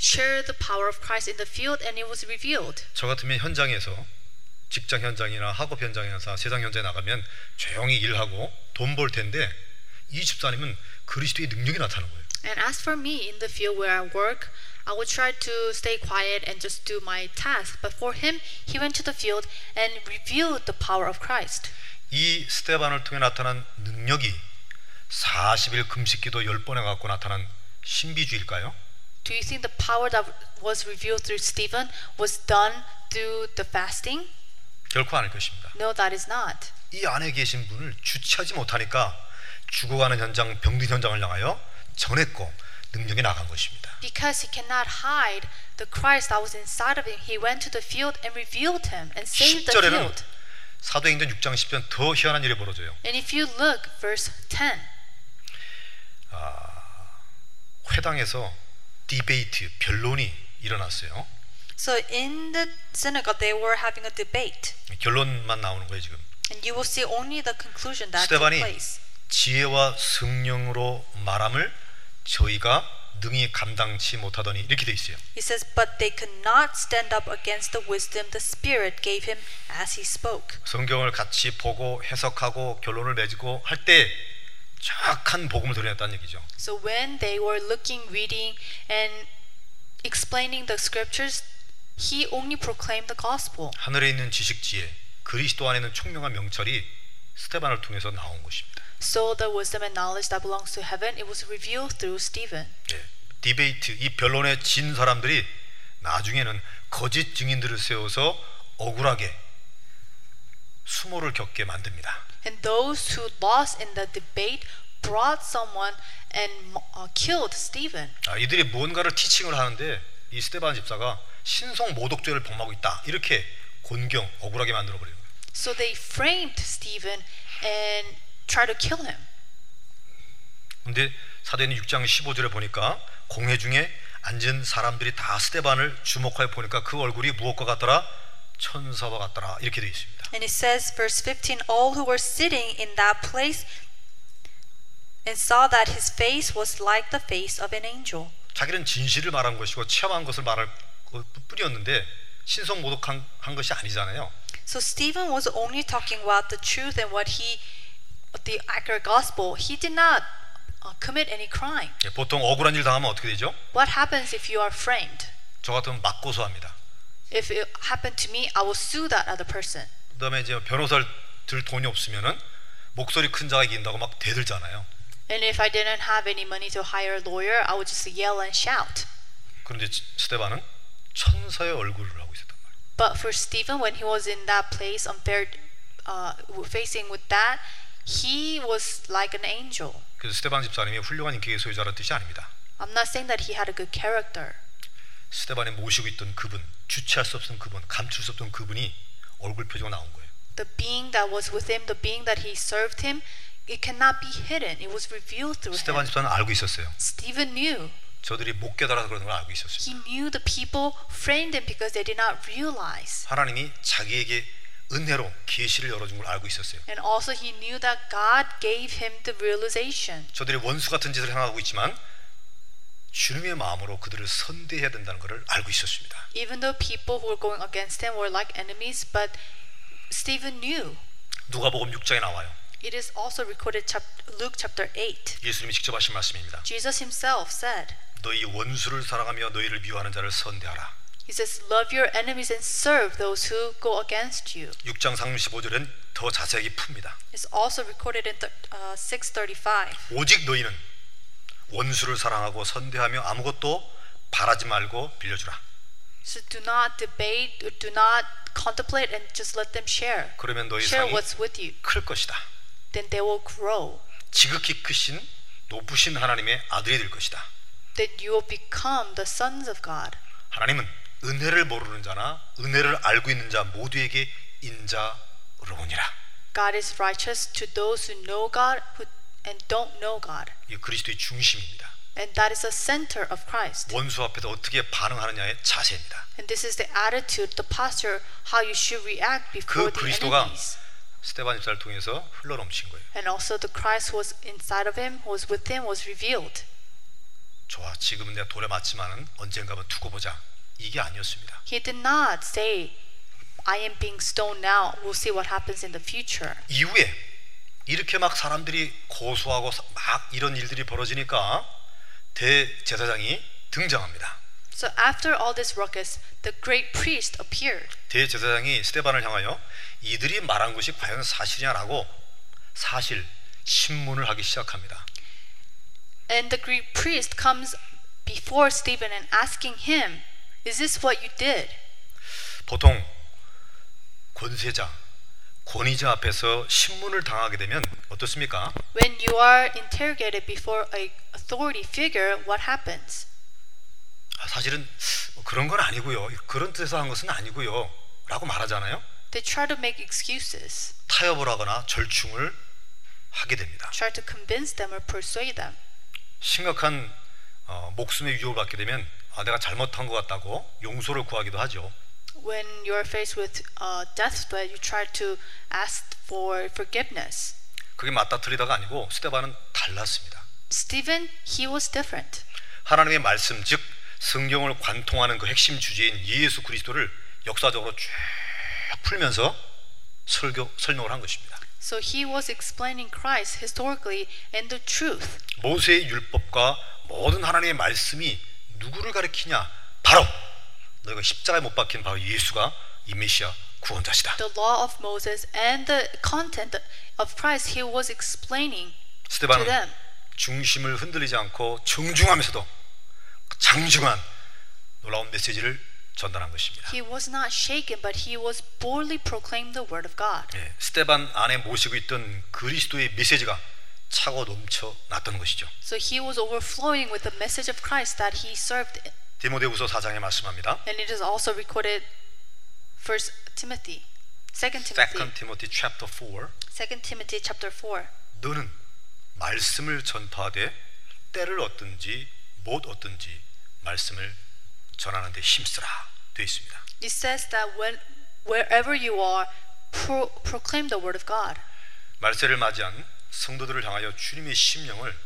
Speaker 2: shared the power of Christ in the field and it was revealed.
Speaker 1: 저 같으면 현장에서 직장 현장이나 학업 현장이나 세상 현장에 나가면 조용히 일하고 돈 벌 텐데 이 집사님은 그리스도의 능력이 나타나는 거예요.
Speaker 2: And as for me in the field where I work, I would try to stay quiet and just do my task. But for him, he went to the field and revealed the power of Christ.
Speaker 1: 이 스테반을 통해 나타난 능력이 40일 금식기도 10번에 갖고 나타난 신비주의일까요?
Speaker 2: Do you think the power that was revealed through Stephen was done through the fasting?
Speaker 1: 결코 아닐 것입니다.
Speaker 2: No, that is not.
Speaker 1: 이 안에 계신 분을 주체하지 못하니까 죽어가는 현장, 병든 현장을 향하여 전했고 능력이 나간 것입니다.
Speaker 2: Because he cannot hide the Christ that was inside of him, he went to the field and revealed him and saved the
Speaker 1: 10절에는
Speaker 2: field.
Speaker 1: 사도행전 6장 10편 더 희한한 일이 벌어져요.
Speaker 2: And if you look, verse 10,
Speaker 1: 회당에서 디베이트 변론이 일어났어요.
Speaker 2: so in the synagogue they were having a debate.
Speaker 1: 결론만 나오는 거예요 지금.
Speaker 2: And you will see only the conclusion that took
Speaker 1: 스테반이
Speaker 2: place.
Speaker 1: 지혜와 성령으로 말함을 저희가 능히 감당치 못하더니 이렇게 돼 있어요.
Speaker 2: He says, But they could not stand up against the wisdom the Spirit gave him as he spoke.
Speaker 1: 성경을 같이 보고 해석하고 결론을 맺고 할 때 정확한 복음을 드러냈다는 얘기죠.
Speaker 2: So when they were looking, reading, and explaining the scriptures, he only proclaimed the gospel.
Speaker 1: 하늘에 있는 지식 지혜, 그리스도 안에는 총명한 명철이 스테반을 통해서 나온 것입니다.
Speaker 2: So the wisdom and knowledge that belongs to heaven, it was revealed through Stephen.
Speaker 1: 예, 디베이트 이 변론에 진 사람들이 나중에는 거짓 증인들을 세워서 억울하게 수모를 겪게 만듭니다.
Speaker 2: And those who lost in the debate brought someone and uh, killed Stephen.
Speaker 1: 아, 이들이 뭔가를 티칭을 하는데 이 스테반 집사가 신성 모독죄를 범하고 있다 이렇게 곤경 억울하게 만들어 버리는 거예요.
Speaker 2: So they framed Stephen and tried to kill him.
Speaker 1: 근데 사도행전 6장 15절에 보니까 공회 중에 앉은 사람들이 다 스테반을 주목하여 보니까 그 얼굴이 무엇과 같더라? 천사와 같더라 이렇게 되어 있습니다.
Speaker 2: And it says, verse 15, all who were sitting in that place and saw that his face was like the face of an angel.
Speaker 1: 자기는 진실을 말한 것이고 체험한 것을 말할 뿐이었는데 신성 모독한 한 것이 아니잖아요.
Speaker 2: So Stephen was only talking about the truth and what he, the accurate gospel. He did not uh, commit any crime.
Speaker 1: 예, 보통 억울한 일 당하면 어떻게 되죠?
Speaker 2: What happens if you are framed?
Speaker 1: 저 같으면 막 고소합니다.
Speaker 2: If it happened to me, I will sue that other person.
Speaker 1: 그다음에 이제 변호사를 들 돈이 없으면은 목소리 큰 자가 이긴다고 막 대들잖아요.
Speaker 2: And if I didn't have any money to hire a lawyer, I would just yell and shout.
Speaker 1: 그런데 스테반은 천사의 얼굴을 하고 있었단 말이에요.
Speaker 2: But for Stephen, when he was in that place, compared, uh, facing with that, he was like an angel.
Speaker 1: 그래서 스테반 집사님이 훌륭한 인격의 소유자라는 뜻이 아닙니다.
Speaker 2: I'm not saying that he had a good character.
Speaker 1: 스테반이 모시고 있던 그분, 주체할 수 없던 그분, 감출 수 없던 그분이 얼굴 표정으로 나온 거예요.
Speaker 2: The being that was with him, the being that he served him, it cannot be hidden. It was revealed through
Speaker 1: 스테반
Speaker 2: him.
Speaker 1: 집사는 알고 있었어요.
Speaker 2: Stephen knew.
Speaker 1: 저들이 못 깨달아서 그런 걸 알고 있었어요.
Speaker 2: He knew the people framed him because they did not realize.
Speaker 1: 하나님이 자기에게 은혜로 계시를 열어준 걸 알고 있었어요.
Speaker 2: And also, he knew that God gave him the realization.
Speaker 1: 저들이 원수 같은 짓을 행하고 있지만 주님의 마음으로 그들을 선대해야 된다는 것을 알고 있었습니다.
Speaker 2: Even though people who were going against him were like enemies, but Stephen knew.
Speaker 1: 누가복음 6장에 나와요.
Speaker 2: It is also recorded chap- Luke chapter 8.
Speaker 1: 예수님이 직접 하신 말씀입니다.
Speaker 2: Jesus himself said,
Speaker 1: 너희 원수를 사랑하며 너희를 미워하는 자를 선대하라.
Speaker 2: He says, Love your enemies and serve those who go against you.
Speaker 1: 6장 35절엔 더 자세하게 풉니다.
Speaker 2: It's also recorded in th- uh, 635.
Speaker 1: 오직 너희는 원수를 사랑하고 선대하며 아무것도 바라지 말고 빌려주라.
Speaker 2: So do not debate, do not contemplate, and just let them share.
Speaker 1: 그러면 너희
Speaker 2: Share
Speaker 1: 상이
Speaker 2: what's with you.
Speaker 1: 클 것이다.
Speaker 2: Then they will grow.
Speaker 1: 지극히 크신 높으신 하나님의 아들이 될 것이다.
Speaker 2: Then you will become the sons of God.
Speaker 1: 하나님은 은혜를 모르는 자나 은혜를 알고 있는 자 모두에게 인자로우니라.
Speaker 2: God is righteous to those who know God who, and don't know God.
Speaker 1: 이 그리스도의 중심입니다.
Speaker 2: And that is the center of Christ.
Speaker 1: 원수 앞에서 어떻게 반응하느냐의 자세입니다.
Speaker 2: And this is the attitude, the posture, how you should react before
Speaker 1: 그
Speaker 2: the
Speaker 1: 그리스도가
Speaker 2: enemies.
Speaker 1: 스테반 집사를 통해서 흘러넘친 거예요.
Speaker 2: And also the Christ who was inside of him, who was with him, was revealed.
Speaker 1: 좋아, 지금은 내가 돌에 맞지만은 언젠가면 두고 보자. 이게 아니었습니다.
Speaker 2: He did not say, I am being stoned now, we'll see what happens in the future.
Speaker 1: 이후에 이렇게 막 사람들이 고소하고 사- 막 이런 일들이 벌어지니까 대제사장이 등장합니다.
Speaker 2: So after all this ruckus, the great priest appeared.
Speaker 1: 대제사장이 스테반을 향하여 이들이 말한 것이 과연 사실이냐라고 사실 신문을 하기 시작합니다.
Speaker 2: And the great priest comes before Stephen and asking him, Is this what you did?
Speaker 1: 보통 권세자, 권위자 앞에서 신문을 당하게 되면 어떻습니까?
Speaker 2: When you are interrogated before a authority figure, what happens?
Speaker 1: 아, 사실은 뭐 그런 건 아니고요. 그런 뜻에서 한 것은 아니고요. 라고 말하잖아요.
Speaker 2: They try to make excuses,
Speaker 1: 타협을 하거나 절충을 하게 됩니다.
Speaker 2: try to convince them or persuade them.
Speaker 1: 심각한 어, 목숨의 위협을 받게 되면 아, 내가 잘못한 것 같다고 용서를 구하기도 하죠.
Speaker 2: When you are faced with uh, death threat, you try to ask for forgiveness.
Speaker 1: 그게 맞다 틀리다가 아니고 스테반은 달랐습니다.
Speaker 2: Stephen, he was different.
Speaker 1: 하나님의 말씀 즉 성경을 관통하는 그 핵심 주제인 예수 그리스도를 역사적으로 쭉 풀면서 설교 설명을 한 것입니다.
Speaker 2: So he was explaining Christ historically and the truth.
Speaker 1: 모세의 율법과 모든 하나님의 말씀이 누구를 가리키냐? 바로 너희가 십자가에 못 박힌 바로 예수가 이 메시아 구원자시다.
Speaker 2: the law of Moses and the content of Christ he was explaining to
Speaker 1: 스테반은
Speaker 2: them.
Speaker 1: 중심을 흔들리지 않고 정중하면서도 장중한 놀라운 메시지를 전달한 것입니다.
Speaker 2: He was not shaken, but he was boldly proclaimed the word of God.
Speaker 1: 예, 스테반 안에 모시고 있던 그리스도의 메시지가 차고 넘쳐났던 것이죠.
Speaker 2: So he was overflowing with the message of Christ that he served,
Speaker 1: 디모데후서 4장에 말씀합니다.
Speaker 2: and it is also recorded. First Timothy, Second Timothy,
Speaker 1: 2 티모티 챕터 4
Speaker 2: Second Timothy chapter four.
Speaker 1: 너는 말씀을 전파하되 때를 얻든지 못 얻든지 말씀을 전하는 데 힘쓰라 되어 있습니다.
Speaker 2: It says that when wherever you are, pro- proclaim the word of God.
Speaker 1: 말세를 맞이한 성도들을 향하여 주님의 심령을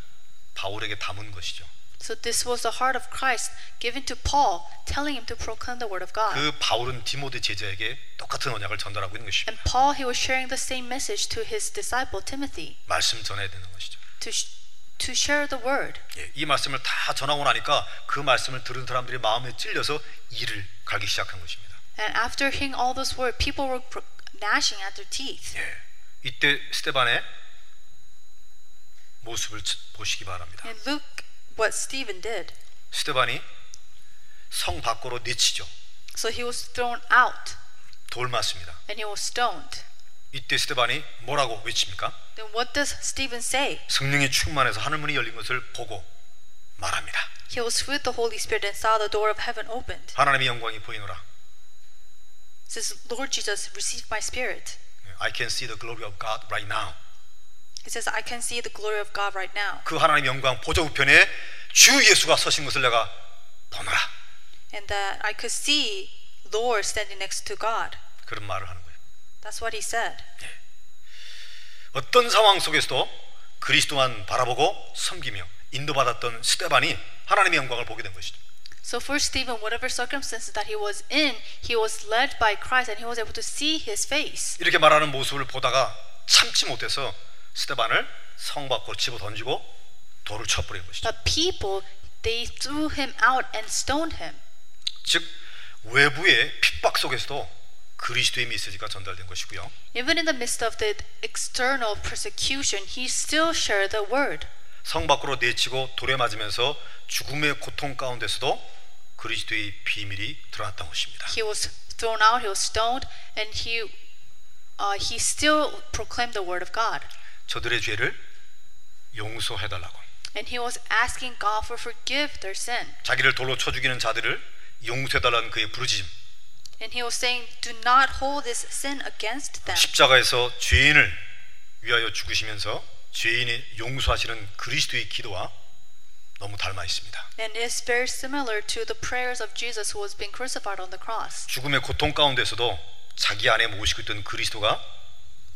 Speaker 1: 바울에게 담은 것이죠.
Speaker 2: So this was the heart of Christ given to Paul, telling him to proclaim the word of God.
Speaker 1: 그 바울은 디모데 제자에게 똑같은 언약을 전달하고 있는 것입니다.
Speaker 2: And Paul, he was sharing the same message to his disciple Timothy
Speaker 1: 말씀 전해야 되는 것이죠.
Speaker 2: to, sh- to share the word.
Speaker 1: 예, 이 말씀을 다 전하고 나니까 그 말씀을 들은 사람들이 마음에 찔려서 이를 갈기 시작한 것입니다.
Speaker 2: And after hearing all this word, people were pro- gnashing at their teeth.
Speaker 1: 예, 이때 스테반의 모습을 보시기 바랍니다.
Speaker 2: And look what Stephen did.
Speaker 1: 스테반이 성 밖으로 내치죠.
Speaker 2: So he was thrown out
Speaker 1: 돌 맞습니다.
Speaker 2: and he was stoned.
Speaker 1: 이때 스테반이 뭐라고 외칩니까?
Speaker 2: Then what does Stephen say?
Speaker 1: 성령이 충만해서 하늘문이 열린 것을 보고 말합니다.
Speaker 2: He was filled with the Holy Spirit and saw the door of heaven opened.
Speaker 1: 하나님의 영광이 보이노라.
Speaker 2: says, Lord Jesus, receive my spirit.
Speaker 1: 예, I can see the glory of God right now.
Speaker 2: He says, I can see the glory of God right now.
Speaker 1: 그 하나님의 영광 보좌 우편에 주 예수가 서신 것을 내가 보노라.
Speaker 2: And that I could see Lord standing next to God.
Speaker 1: 그런 말을 하는 거예요.
Speaker 2: That's what he said.
Speaker 1: 어떤 상황 속에서도 그리스도만 바라보고 섬기며 인도받았던 스테반이 하나님의 영광을 보게 된 것이죠.
Speaker 2: So for Stephen, whatever circumstances that he was in, he was led by Christ and he was able to see his face.
Speaker 1: 이렇게 말하는 모습을 보다가 참지 못해서 스테반을 성 밖으로 집어 던지고 돌을 쳐버린 것이죠.
Speaker 2: But people, they threw him out and stoned him.
Speaker 1: 즉 외부의 핍박 속에서도 그리스도의 메시지가 전달된 것이고요.
Speaker 2: Even in the midst of the external persecution, he still shared the word.
Speaker 1: 성 밖으로 내치고 돌에 맞으면서 죽음의 고통 가운데서도 그리스도의 비밀이 드러났던 것입니다.
Speaker 2: He was thrown out, he was stoned, and he, uh, he still proclaimed the word of God.
Speaker 1: 저들의 죄를 용서해달라고
Speaker 2: And he was asking God for forgive their sin.
Speaker 1: 자기를 돌로 쳐 죽이는 자들을 용서해달라는 그의 부르짖음
Speaker 2: And he was saying, Do not hold this sin against them.
Speaker 1: 십자가에서 죄인을 위하여 죽으시면서 죄인이 용서하시는 그리스도의 기도와 너무 닮아 있습니다.
Speaker 2: And it's very similar to the prayers of Jesus who was being crucified on the cross.
Speaker 1: 죽음의 고통 가운데서도 자기 안에 모시고 있던 그리스도가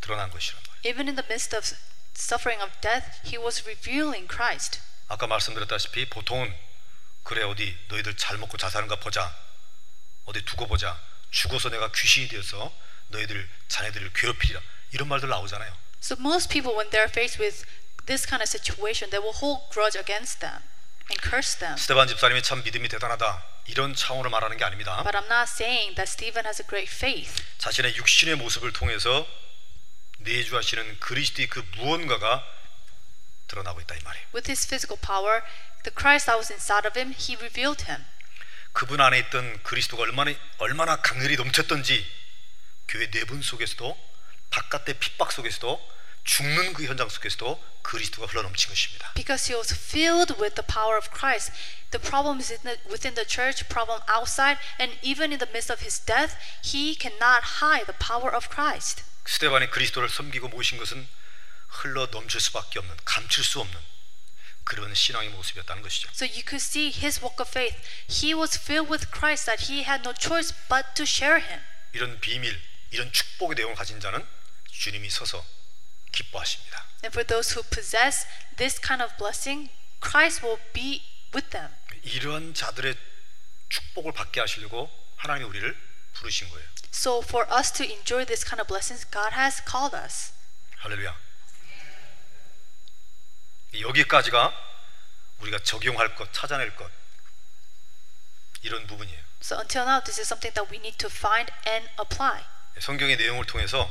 Speaker 1: 드러난 것이란 말이에요.
Speaker 2: Even in the midst of suffering of death, he was revealing Christ.
Speaker 1: 아까 말씀드렸다시피 보통은 그래 어디 너희들 잘 먹고 잘 사는가 보자 어디 두고 보자 죽어서 내가 귀신이 되어서 너희들 자네들을 괴롭히리라 이런 말들 나오잖아요.
Speaker 2: So most people, when they're faced with this kind of situation, they will hold grudge against them and curse them.
Speaker 1: 스테반 집사님이 참 믿음이 대단하다 이런 차원을 말하는 게 아닙니다.
Speaker 2: But I'm not saying that Stephen has a great faith.
Speaker 1: 자신의 육신의 모습을 통해서 내주하시는 그리스도의 그 무언가가 드러나고 있다 이 말이에요.
Speaker 2: With his physical power, the Christ that was inside of him, he revealed him.
Speaker 1: 그분 안에 있던 그리스도가 얼마나 얼마나 강렬히 넘쳤던지 교회 내분 속에서도 바깥의 핍박 속에서도 죽는 그 현장 속에서도 그리스도가 흘러넘친 것입니다.
Speaker 2: because he was filled with the power of Christ. The problem is in the, within the church, problem outside, and even in the midst of his death, he cannot hide the power of Christ.
Speaker 1: 스테반이 그리스도를 섬기고 모신 것은 흘러넘칠 수밖에 없는 감출 수 없는 그런 신앙의 모습이었다는 것이죠.
Speaker 2: So you could see his walk of faith. He was filled with Christ that he had no choice but to share him.
Speaker 1: 이런 비밀, 이런 축복의 내용을 가진 자는 주님이 서서 기뻐하십니다.
Speaker 2: And for those who possess this kind of blessing, Christ will be with them.
Speaker 1: 이러한 자들의 축복을 받게 하시려고 하나님이 우리를 부르신 거예요.
Speaker 2: So for us to enjoy this kind of blessings, God has called us.
Speaker 1: 할렐루야. 여기까지가 우리가 적용할 것, 찾아낼 것 이런 부분이에요.
Speaker 2: So until now, this is something that we need to find and apply.
Speaker 1: 성경의 내용을 통해서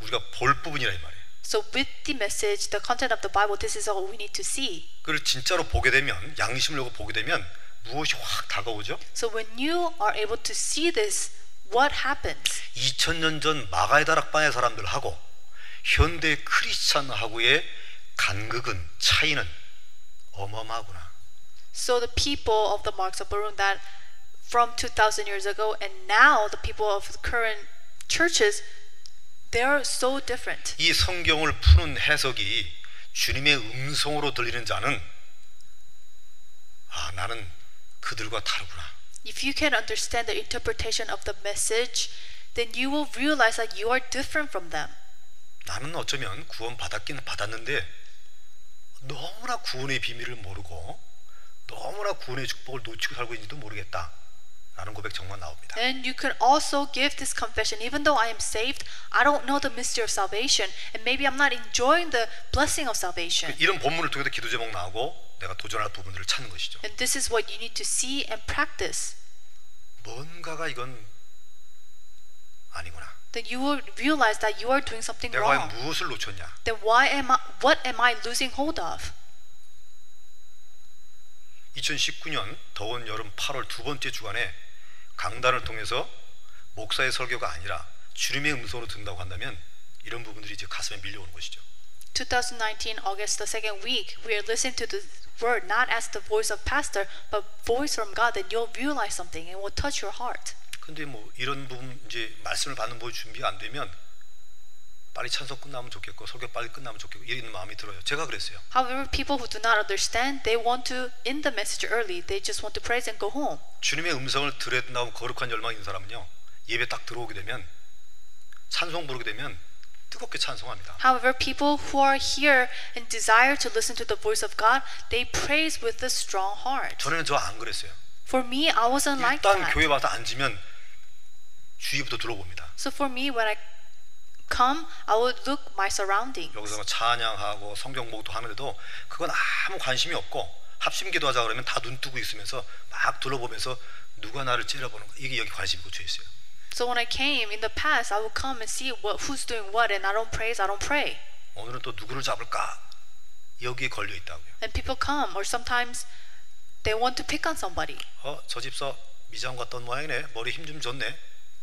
Speaker 1: 우리가 볼 부분이라 이 말이에요.
Speaker 2: So with the message, the content of the Bible, this is all we need to see.
Speaker 1: 그걸 진짜로 보게 되면 양심을 놓고 보게 되면 무엇이 확 다가오죠?
Speaker 2: So when you are able to see this, what happens?
Speaker 1: 2000년 전 마가의 다락방의 사람들하고 현대 크리스찬하고의 간극은 차이는 어마어마하구나.
Speaker 2: So the people of the Marks of Barun that from 2,000 years ago and now the people of the current churches, they are so different.
Speaker 1: 이 성경을 푸는 해석이 주님의 음성으로 들리는 자는 아 나는 그들과 다르구나.
Speaker 2: If you can understand the interpretation of the message, then you will realize that you are different from them.
Speaker 1: 나는 어쩌면 구원 받았긴 받았는데 너무나 구원의 비밀을 모르고 너무나 구원의 축복을 놓치고 살고 있는지도 모르겠다. 라는 고백 정말 나옵니다.
Speaker 2: And you could also give this confession even though I am saved, I don't know the mystery of salvation, and maybe I'm not enjoying the blessing of salvation.
Speaker 1: 이런 본문을 통해서 기도 제목 나오고 내가 도전할 부분들을 찾는 것이죠.
Speaker 2: And this is what you need to see and practice.
Speaker 1: 뭔가가 이건 아니구나.
Speaker 2: Then you will realize that you are doing something
Speaker 1: 내가 과연
Speaker 2: wrong.
Speaker 1: 무엇을 놓쳤냐?
Speaker 2: Then why am I what am I losing hold of?
Speaker 1: 2019년 더운 여름 8월 두 번째 주간에 강단을 통해서 목사의 설교가 아니라 주님의 음성으로 듣는다고 한다면 이런 부분들이 이제 가슴에 밀려오는 것이죠.
Speaker 2: 2019 August the second week, we are listening to the word not as the voice of pastor, but voice from God. Then you'll realize something and will touch your heart.
Speaker 1: 근데 뭐 이런 부분 이제 말씀을 받는 부분 준비가 안 되면 빨리 찬송 끝나면 좋겠고 설교 빨리 끝나면 좋겠고 이런 마음이 들어요. 제가 그랬어요.
Speaker 2: However, people who do not understand, they want to end the message early. They just want to praise and go home.
Speaker 1: 주님의 음성을 들어야 된다고 거룩한 열망이 있는 사람은요 예배 딱 들어오게 되면 찬송 부르게 되면 뜨겁게 찬송합니다.
Speaker 2: However, people who are here and desire to listen to the voice of God, they praise with a strong heart.
Speaker 1: 전에는 저 안 그랬어요.
Speaker 2: For me, I wasn't like
Speaker 1: 일단
Speaker 2: that.
Speaker 1: 교회 와서 앉으면 주위부터 둘러봅니다.
Speaker 2: So for me, when I come, I would look my surroundings.
Speaker 1: 여기서 막 찬양하고 성경 목도 하는데도 그건 아무 관심이 없고 합심기도 하자 그러면 다 눈 뜨고 있으면서 막 둘러보면서 누가 나를 째려보는 거 이게 여기 관심이 고쳐 있어요.
Speaker 2: So when I came in the past, I would come and see what who's doing what, and I don't praise, I don't pray.
Speaker 1: 오늘은 또 누구를 잡을까 여기에 걸려 있다고요.
Speaker 2: And people come, or sometimes they want to pick on somebody,
Speaker 1: 어저 집사 미장 갔던 모양이네 머리 힘 좀 줬네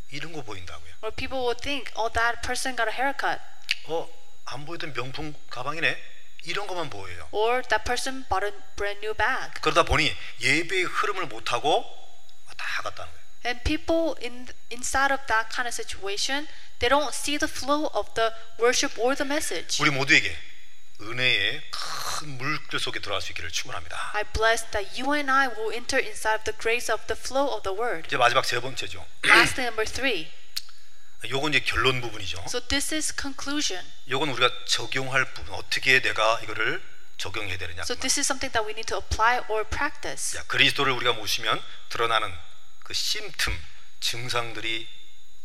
Speaker 1: 이런 거 보인다고요.
Speaker 2: or people will think, oh, that person got a haircut,
Speaker 1: 어 안 보이던 명품 가방이네 이런 것만 보여요.
Speaker 2: or that person bought a brand new bag.
Speaker 1: 그러다 보니 예배의 흐름을 못 하고 왔다 갔다 하는 거예요.
Speaker 2: And people in inside of that kind of situation, they don't see the flow of the worship or the message.
Speaker 1: 우리 모두에게 은혜의 큰 물결 속에 들어갈 수 있기를 축원합니다.
Speaker 2: I bless that you and I will enter inside of the grace of the flow of the word.
Speaker 1: 이제 마지막 세 번째죠.
Speaker 2: Lastly, number three.
Speaker 1: 요건 이제 결론 부분이죠.
Speaker 2: So this is conclusion.
Speaker 1: 요건 우리가 적용할 부분 어떻게 내가 이거를 적용해야 되느냐.
Speaker 2: So this is something that we need to apply or practice.
Speaker 1: 자, 그리스도를 우리가 모시면 드러나는 그 심틈 증상들이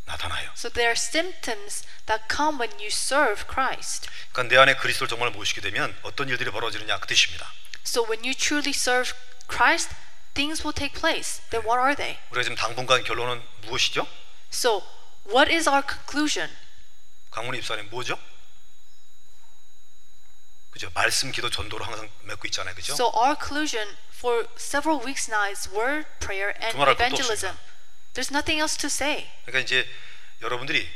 Speaker 1: 나타나요.
Speaker 2: So there are symptoms that come when you serve Christ.
Speaker 1: 그러니까 내 안에 그리스도를 정말 모시게 되면 어떤 일들이 벌어지느냐 그 뜻입니다.
Speaker 2: So when you truly serve Christ, things will take place. Then what are they?
Speaker 1: 우리가 지금 당분간 결론은 무엇이죠?
Speaker 2: So what is our conclusion?
Speaker 1: 강문희 입사님 뭐죠? 그죠? 말씀, 기도, 전도로 항상 맺고 있잖아요, 그죠?
Speaker 2: So our conclusion for several weeks now is word, prayer, and
Speaker 1: 두말할 것도
Speaker 2: evangelism. There's nothing else to say.
Speaker 1: 그러니까 이제 여러분들이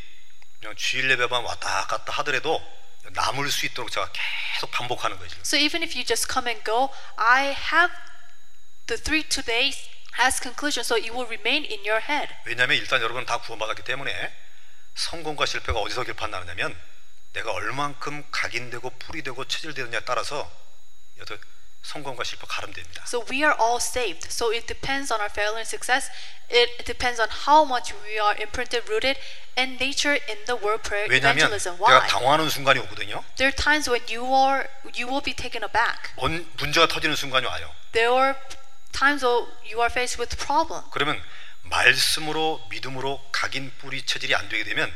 Speaker 1: 그냥 주일 예배만 왔다 갔다 하더라도 남을 수 있도록 제가 계속 반복하는 거죠.
Speaker 2: So even if you just come and go, I have the three todays as conclusion, so it will remain in your head.
Speaker 1: 왜냐하면 일단 여러분 다 구원받았기 때문에 성공과 실패가 어디서 결판나느냐면 내가 얼만큼 각인되고 풀이 되고 체질되느냐에 따라서 여튼 성공과 실패 가름됩니다.
Speaker 2: So we are all saved. So it depends on our failure and success. It depends on how much we are imprinted, rooted, and nature in the word prayer
Speaker 1: 왜냐하면
Speaker 2: evangelism.
Speaker 1: 내가
Speaker 2: Why?
Speaker 1: 당황하는 순간이 오거든요.
Speaker 2: There are times when you are you will be taken aback.
Speaker 1: 문- 문제가 터지는 순간이 와요.
Speaker 2: There are times when you are faced with problem.
Speaker 1: 그러면 말씀으로 믿음으로 각인 뿌리 체질이 안 되게 되면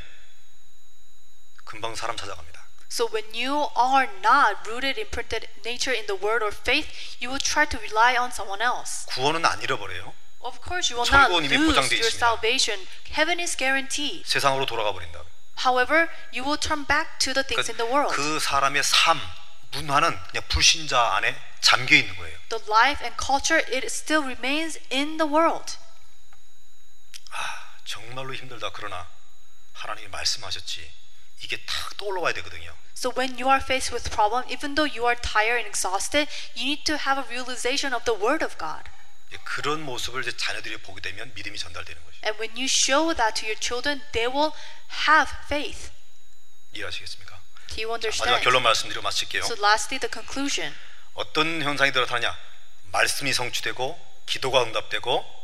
Speaker 1: 금방 사람 찾아갑니다.
Speaker 2: So when you are not rooted, imprinted nature in the word or faith, you will try to rely on someone else.
Speaker 1: 구원은 안 잃어버려요.
Speaker 2: Of course, you will not
Speaker 1: 천국은
Speaker 2: lose
Speaker 1: 이미 보장돼
Speaker 2: your
Speaker 1: 있습니다.
Speaker 2: salvation. Heaven is guaranteed.
Speaker 1: 세상으로 돌아가 버린다.
Speaker 2: However, you will turn back to the things in the world.
Speaker 1: 그 사람의 삶, 문화는 그냥 불신자 안에 잠겨 있는 거예요.
Speaker 2: The life and culture it still remains in the world.
Speaker 1: 아, 정말로 힘들다. 그러나 하나님이 말씀하셨지. 이게 탁 떠올라와야 되거든요.
Speaker 2: So when you are faced with problem, even though you are tired and exhausted, you need to have a realization of the word of God.
Speaker 1: 이제 그런 모습을 이제 자녀들이 보게 되면 믿음이 전달되는 거죠.
Speaker 2: And when you show that to your children, they will have faith.
Speaker 1: 이해하시겠습니까?
Speaker 2: Do you
Speaker 1: 마지막
Speaker 2: understand?
Speaker 1: 결론 말씀드리고 마칠게요.
Speaker 2: So lastly, the conclusion.
Speaker 1: 어떤 현상이 나타나냐? 말씀이 성취되고 기도가 응답되고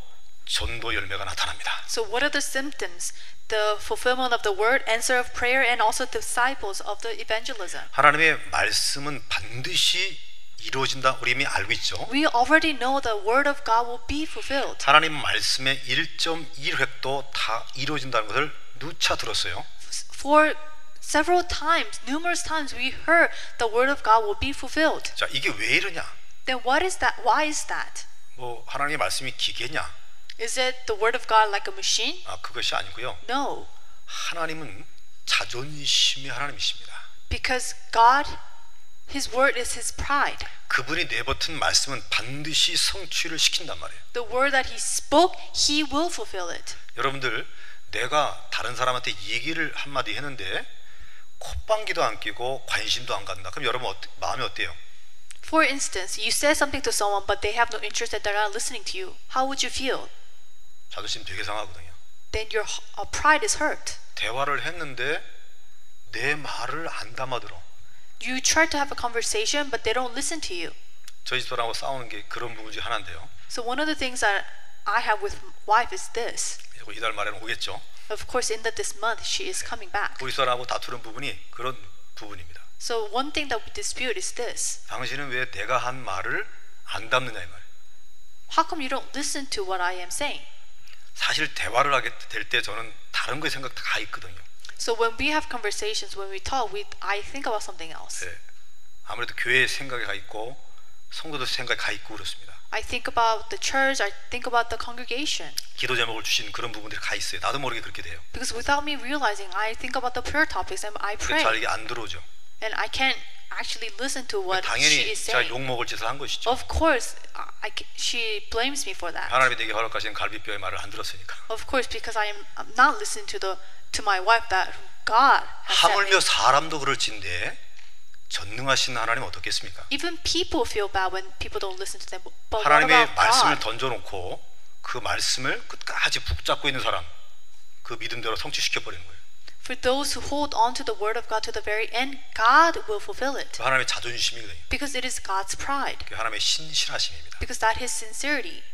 Speaker 1: 전도 열매가 나타납니다.
Speaker 2: So what are the symptoms? The fulfillment of the word, answer of prayer, and also disciples of the evangelism.
Speaker 1: 하나님의 말씀은 반드시 이루어진다. 우리 이미 알고 있죠.
Speaker 2: We already know the word of God will be fulfilled.
Speaker 1: 하나님 말씀의 1.1획도 다 이루어진다는 것을 누차 들었어요.
Speaker 2: For several times, numerous times, we heard the word of God will be fulfilled.
Speaker 1: 자, 이게 왜 이러냐?
Speaker 2: Then what is that? Why is that?
Speaker 1: 뭐 하나님의 말씀이 기계냐?
Speaker 2: Is it the word of God like a machine?
Speaker 1: 아, 그것이 아니고요.
Speaker 2: No,
Speaker 1: 하나님은 자존심의 하나님이십니다.
Speaker 2: because God, His word is His pride.
Speaker 1: 그분이 내뱉은 말씀은 반드시 성취를 시킨단 말이에요.
Speaker 2: The word that He spoke, He will fulfill it.
Speaker 1: 여러분들 내가 다른 사람한테 얘기를 한마디 했는데 콧방귀도 안 끼고 관심도 안 간다. 그럼 여러분 어때- 마음이 어때요?
Speaker 2: For instance, you said something to someone, but they have no interest and they're not listening to you. How would you feel?
Speaker 1: 자존심 되게 상하거든요.
Speaker 2: Then your h- uh, pride is hurt.
Speaker 1: 대화를 했는데 내 말을 안 담아들어.
Speaker 2: You try to have a conversation, but they don't listen to you.
Speaker 1: 저희 집사람하고 싸우는 게 그런 부분 중 하나인데요.
Speaker 2: So one of the things that I have with m- wife is this.
Speaker 1: 그리고 이달 말에는 오겠죠.
Speaker 2: Of course, end of this month, she is coming back.
Speaker 1: 우리 집사람하고 다투는 부분이 그런 부분입니다.
Speaker 2: So one thing that we dispute is this:
Speaker 1: 당신은 왜 내가 한 말을 안 담느냐 이 말이에요.
Speaker 2: How come you don't listen to what I am saying?
Speaker 1: 사실 대화를 하게 될 때 저는 다른 거에 생각 다 있거든요.
Speaker 2: So when we have conversations, when we talk, we I think about something else.
Speaker 1: 예. 아무래도 교회 생각이 가 있고 성도들 생각이 가 있고 그렇습니다.
Speaker 2: I think about the church. I think about the congregation.
Speaker 1: 기도 제목을 주신 그런 부분들이 가 있어요. 나도 모르게 그렇게 돼요.
Speaker 2: Because without me realizing, I think about the prayer topics and I
Speaker 1: 근데 잘
Speaker 2: pray,
Speaker 1: 이게 그러니까 안 들어오죠. 그러니까
Speaker 2: and I can't actually listen to what she
Speaker 1: 당연히
Speaker 2: is
Speaker 1: 제가
Speaker 2: saying. Oh.
Speaker 1: 욕 먹을 짓을 한 것이죠.
Speaker 2: Of course, I, I ca- she blames me for that.
Speaker 1: 하나님이 내게 허락하신 갈비뼈의 말을 안 들었으니까.
Speaker 2: Of course, because I am I'm not listening to the to my wife that God has sent me.
Speaker 1: 하물며 사람도 그럴진데 전능하신 하나님 어떻겠습니까?
Speaker 2: Even people feel bad when people don't listen to them. But what
Speaker 1: 하나님의
Speaker 2: about
Speaker 1: 말씀을
Speaker 2: God?
Speaker 1: 던져놓고 그 말씀을 끝까지 붙잡고 있는 사람 그 믿음대로 성취시켜 버리는 거예요.
Speaker 2: For those who hold on to the word of God to the very end, God will fulfill it.
Speaker 1: 그 하나님의 자존심이거든요.
Speaker 2: Because it is God's pride.
Speaker 1: 그 하나님의 신실하심입니다.
Speaker 2: Because that is sincerity.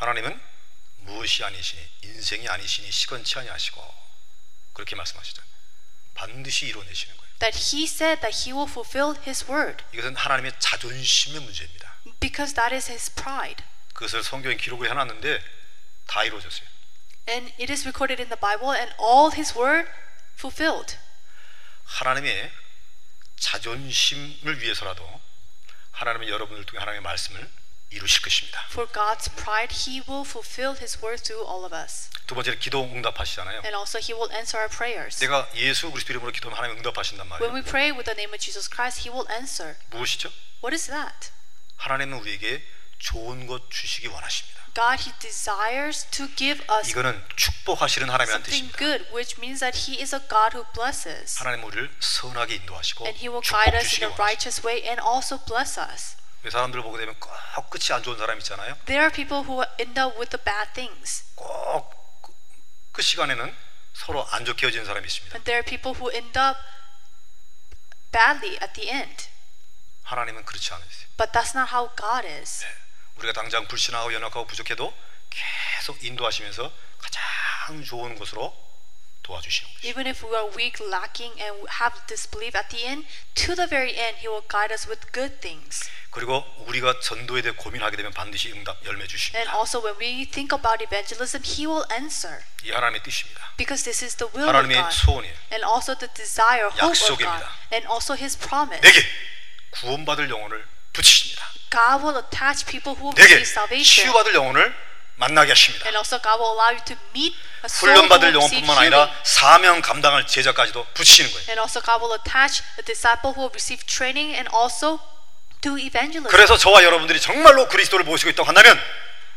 Speaker 1: 하나님은 무엇이 아니시니 인생이 아니시니 시건치 아니하시고 그렇게 말씀하시죠. 반드시 이뤄내시는 거예요.
Speaker 2: That He said that He will fulfill His word.
Speaker 1: 이것은 하나님의 자존심의 문제입니다.
Speaker 2: Because that is His pride.
Speaker 1: 그것을 성경에 기록을 해놨는데 다 이루어졌어요.
Speaker 2: And it is recorded in the Bible and all His word fulfilled.
Speaker 1: 하나님의 자존심을 위해서라도 하나님은 여러분을 통해 하나님의 말씀을 이루실 것입니다.
Speaker 2: For God's pride, He will fulfill His word through all of us.
Speaker 1: 두 번째는 기도 응답하시잖아요.
Speaker 2: And also, He will answer our prayers.
Speaker 1: 내가 예수 그리스도 이름으로 기도하면 하나님 응답하신단
Speaker 2: When
Speaker 1: 말이에요.
Speaker 2: we pray with the name of Jesus Christ, He will answer.
Speaker 1: 무엇이죠?
Speaker 2: What is that?
Speaker 1: 하나님은 우리에게 좋은 것 주시기 원하십니다.
Speaker 2: God, He desires to give us
Speaker 1: 이거는 축복하시는 하나님의
Speaker 2: something
Speaker 1: 뜻입니다.
Speaker 2: good, which means that He is a God who blesses.
Speaker 1: 하나님 우리를 선하게 인도하시고
Speaker 2: and he will guide
Speaker 1: 축복
Speaker 2: us
Speaker 1: 주시기
Speaker 2: in
Speaker 1: 원하십니다.
Speaker 2: a righteous way and also bless us.
Speaker 1: 왜 사람들 보게 되면 꼭 끝이 안 좋은 사람 있잖아요.
Speaker 2: There are people who end up with the bad things,
Speaker 1: 꼭 그 시간에는 서로 안 좋게 헤어지는 사람이 있습니다.
Speaker 2: and there are people who end up badly at the end.
Speaker 1: 하나님은 그렇지 않으세요.
Speaker 2: But that's not how God is.
Speaker 1: 우리가 당장 불신하고 연약하고 부족해도 계속 인도하시면서 가장 좋은 곳으로 도와주시는 것이죠.
Speaker 2: Even if we are weak, lacking, and have disbelief at the end, to the very end, He will guide us with good things.
Speaker 1: 그리고 우리가 전도에 대해 고민하게 되면 반드시 응답 열매
Speaker 2: And
Speaker 1: 주십니다.
Speaker 2: also, when we think about evangelism, He will answer
Speaker 1: 이 하나님의 뜻입니다.
Speaker 2: because this is the will of
Speaker 1: 하나님의
Speaker 2: 네. God,
Speaker 1: 소원이에요.
Speaker 2: and also the desire, hope of God,
Speaker 1: 약속입니다.
Speaker 2: and also His promise.
Speaker 1: 내게 구원받을 영혼을 붙이십니다.
Speaker 2: God will attach people who
Speaker 1: 내게
Speaker 2: receive salvation.
Speaker 1: 치유받을 영혼을 만나게 하십니다.
Speaker 2: And also God will allow you to meet a soul who
Speaker 1: 훈련받을
Speaker 2: will
Speaker 1: 영혼뿐만
Speaker 2: receive healing.
Speaker 1: 아니라 사명 감당할 제자까지도 붙이시는 거예요.
Speaker 2: And also God will attach a disciple who will receive training and also do evangelism.
Speaker 1: 그래서 저와 여러분들이 정말로 그리스도를 모시고 있다고 한다면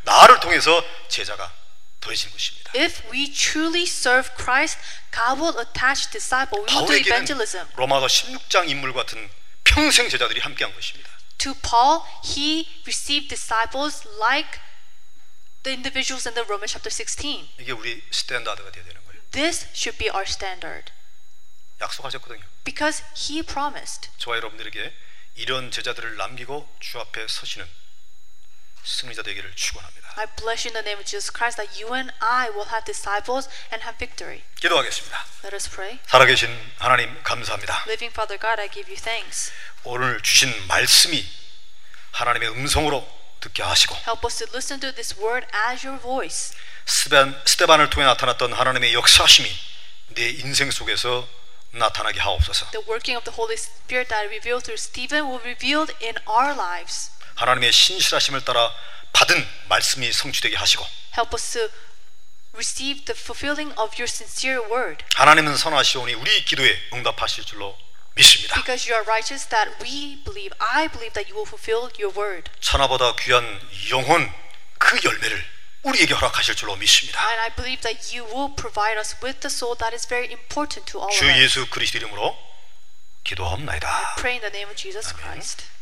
Speaker 1: 나를 통해서 제자가 더해진 것입니다.
Speaker 2: If we truly serve Christ, God will attach disciple. We will do
Speaker 1: 바울에게는
Speaker 2: evangelism.
Speaker 1: 로마서 16장 인물 같은 평생 제자들이 함께한 것입니다.
Speaker 2: To Paul, he received disciples like the individuals in the Romans chapter 16.
Speaker 1: 이게 우리 스탠다드가 되어야 되는 거예요.
Speaker 2: This should be our standard
Speaker 1: 약속하셨거든요.
Speaker 2: because he promised.
Speaker 1: 저와 여러분들에게 이런 제자들을 남기고 주 앞에 서시는 승리자 되기를 축원합니다.
Speaker 2: I bless you in the name of Jesus Christ that you and I will have disciples and have victory.
Speaker 1: 기도하겠습니다.
Speaker 2: Let us pray.
Speaker 1: 살아계신 하나님 감사합니다.
Speaker 2: Living Father God, I give you thanks.
Speaker 1: 오늘 주신 말씀이 하나님의 음성으로 듣게 하시고
Speaker 2: Help us to listen to this word as your voice.
Speaker 1: 스테반, 스테반을 통해 나타났던 하나님의 역사심이 내 인생 속에서 나타나게 하옵소서.
Speaker 2: The working of the Holy Spirit that revealed through Stephen will be revealed in our lives.
Speaker 1: 하나님의 신실하심을 따라 받은 말씀이 성취되게 하시고
Speaker 2: Help us to receive the fulfilling of your sincere word.
Speaker 1: 하나님은 선하시오니 우리 기도에 응답하실 줄로 믿습니다.
Speaker 2: Because you are righteous, that we believe, I believe that you will fulfill your word.
Speaker 1: 천하보다 귀한 영혼 그 열매를 우리에게 허락하실 줄로 믿습니다.
Speaker 2: And I believe that you will provide us with the soul that is very important to all of
Speaker 1: 주
Speaker 2: us.
Speaker 1: 예수 그리스도 이름으로 기도하옵나이다.
Speaker 2: Pray in the name of Jesus Christ.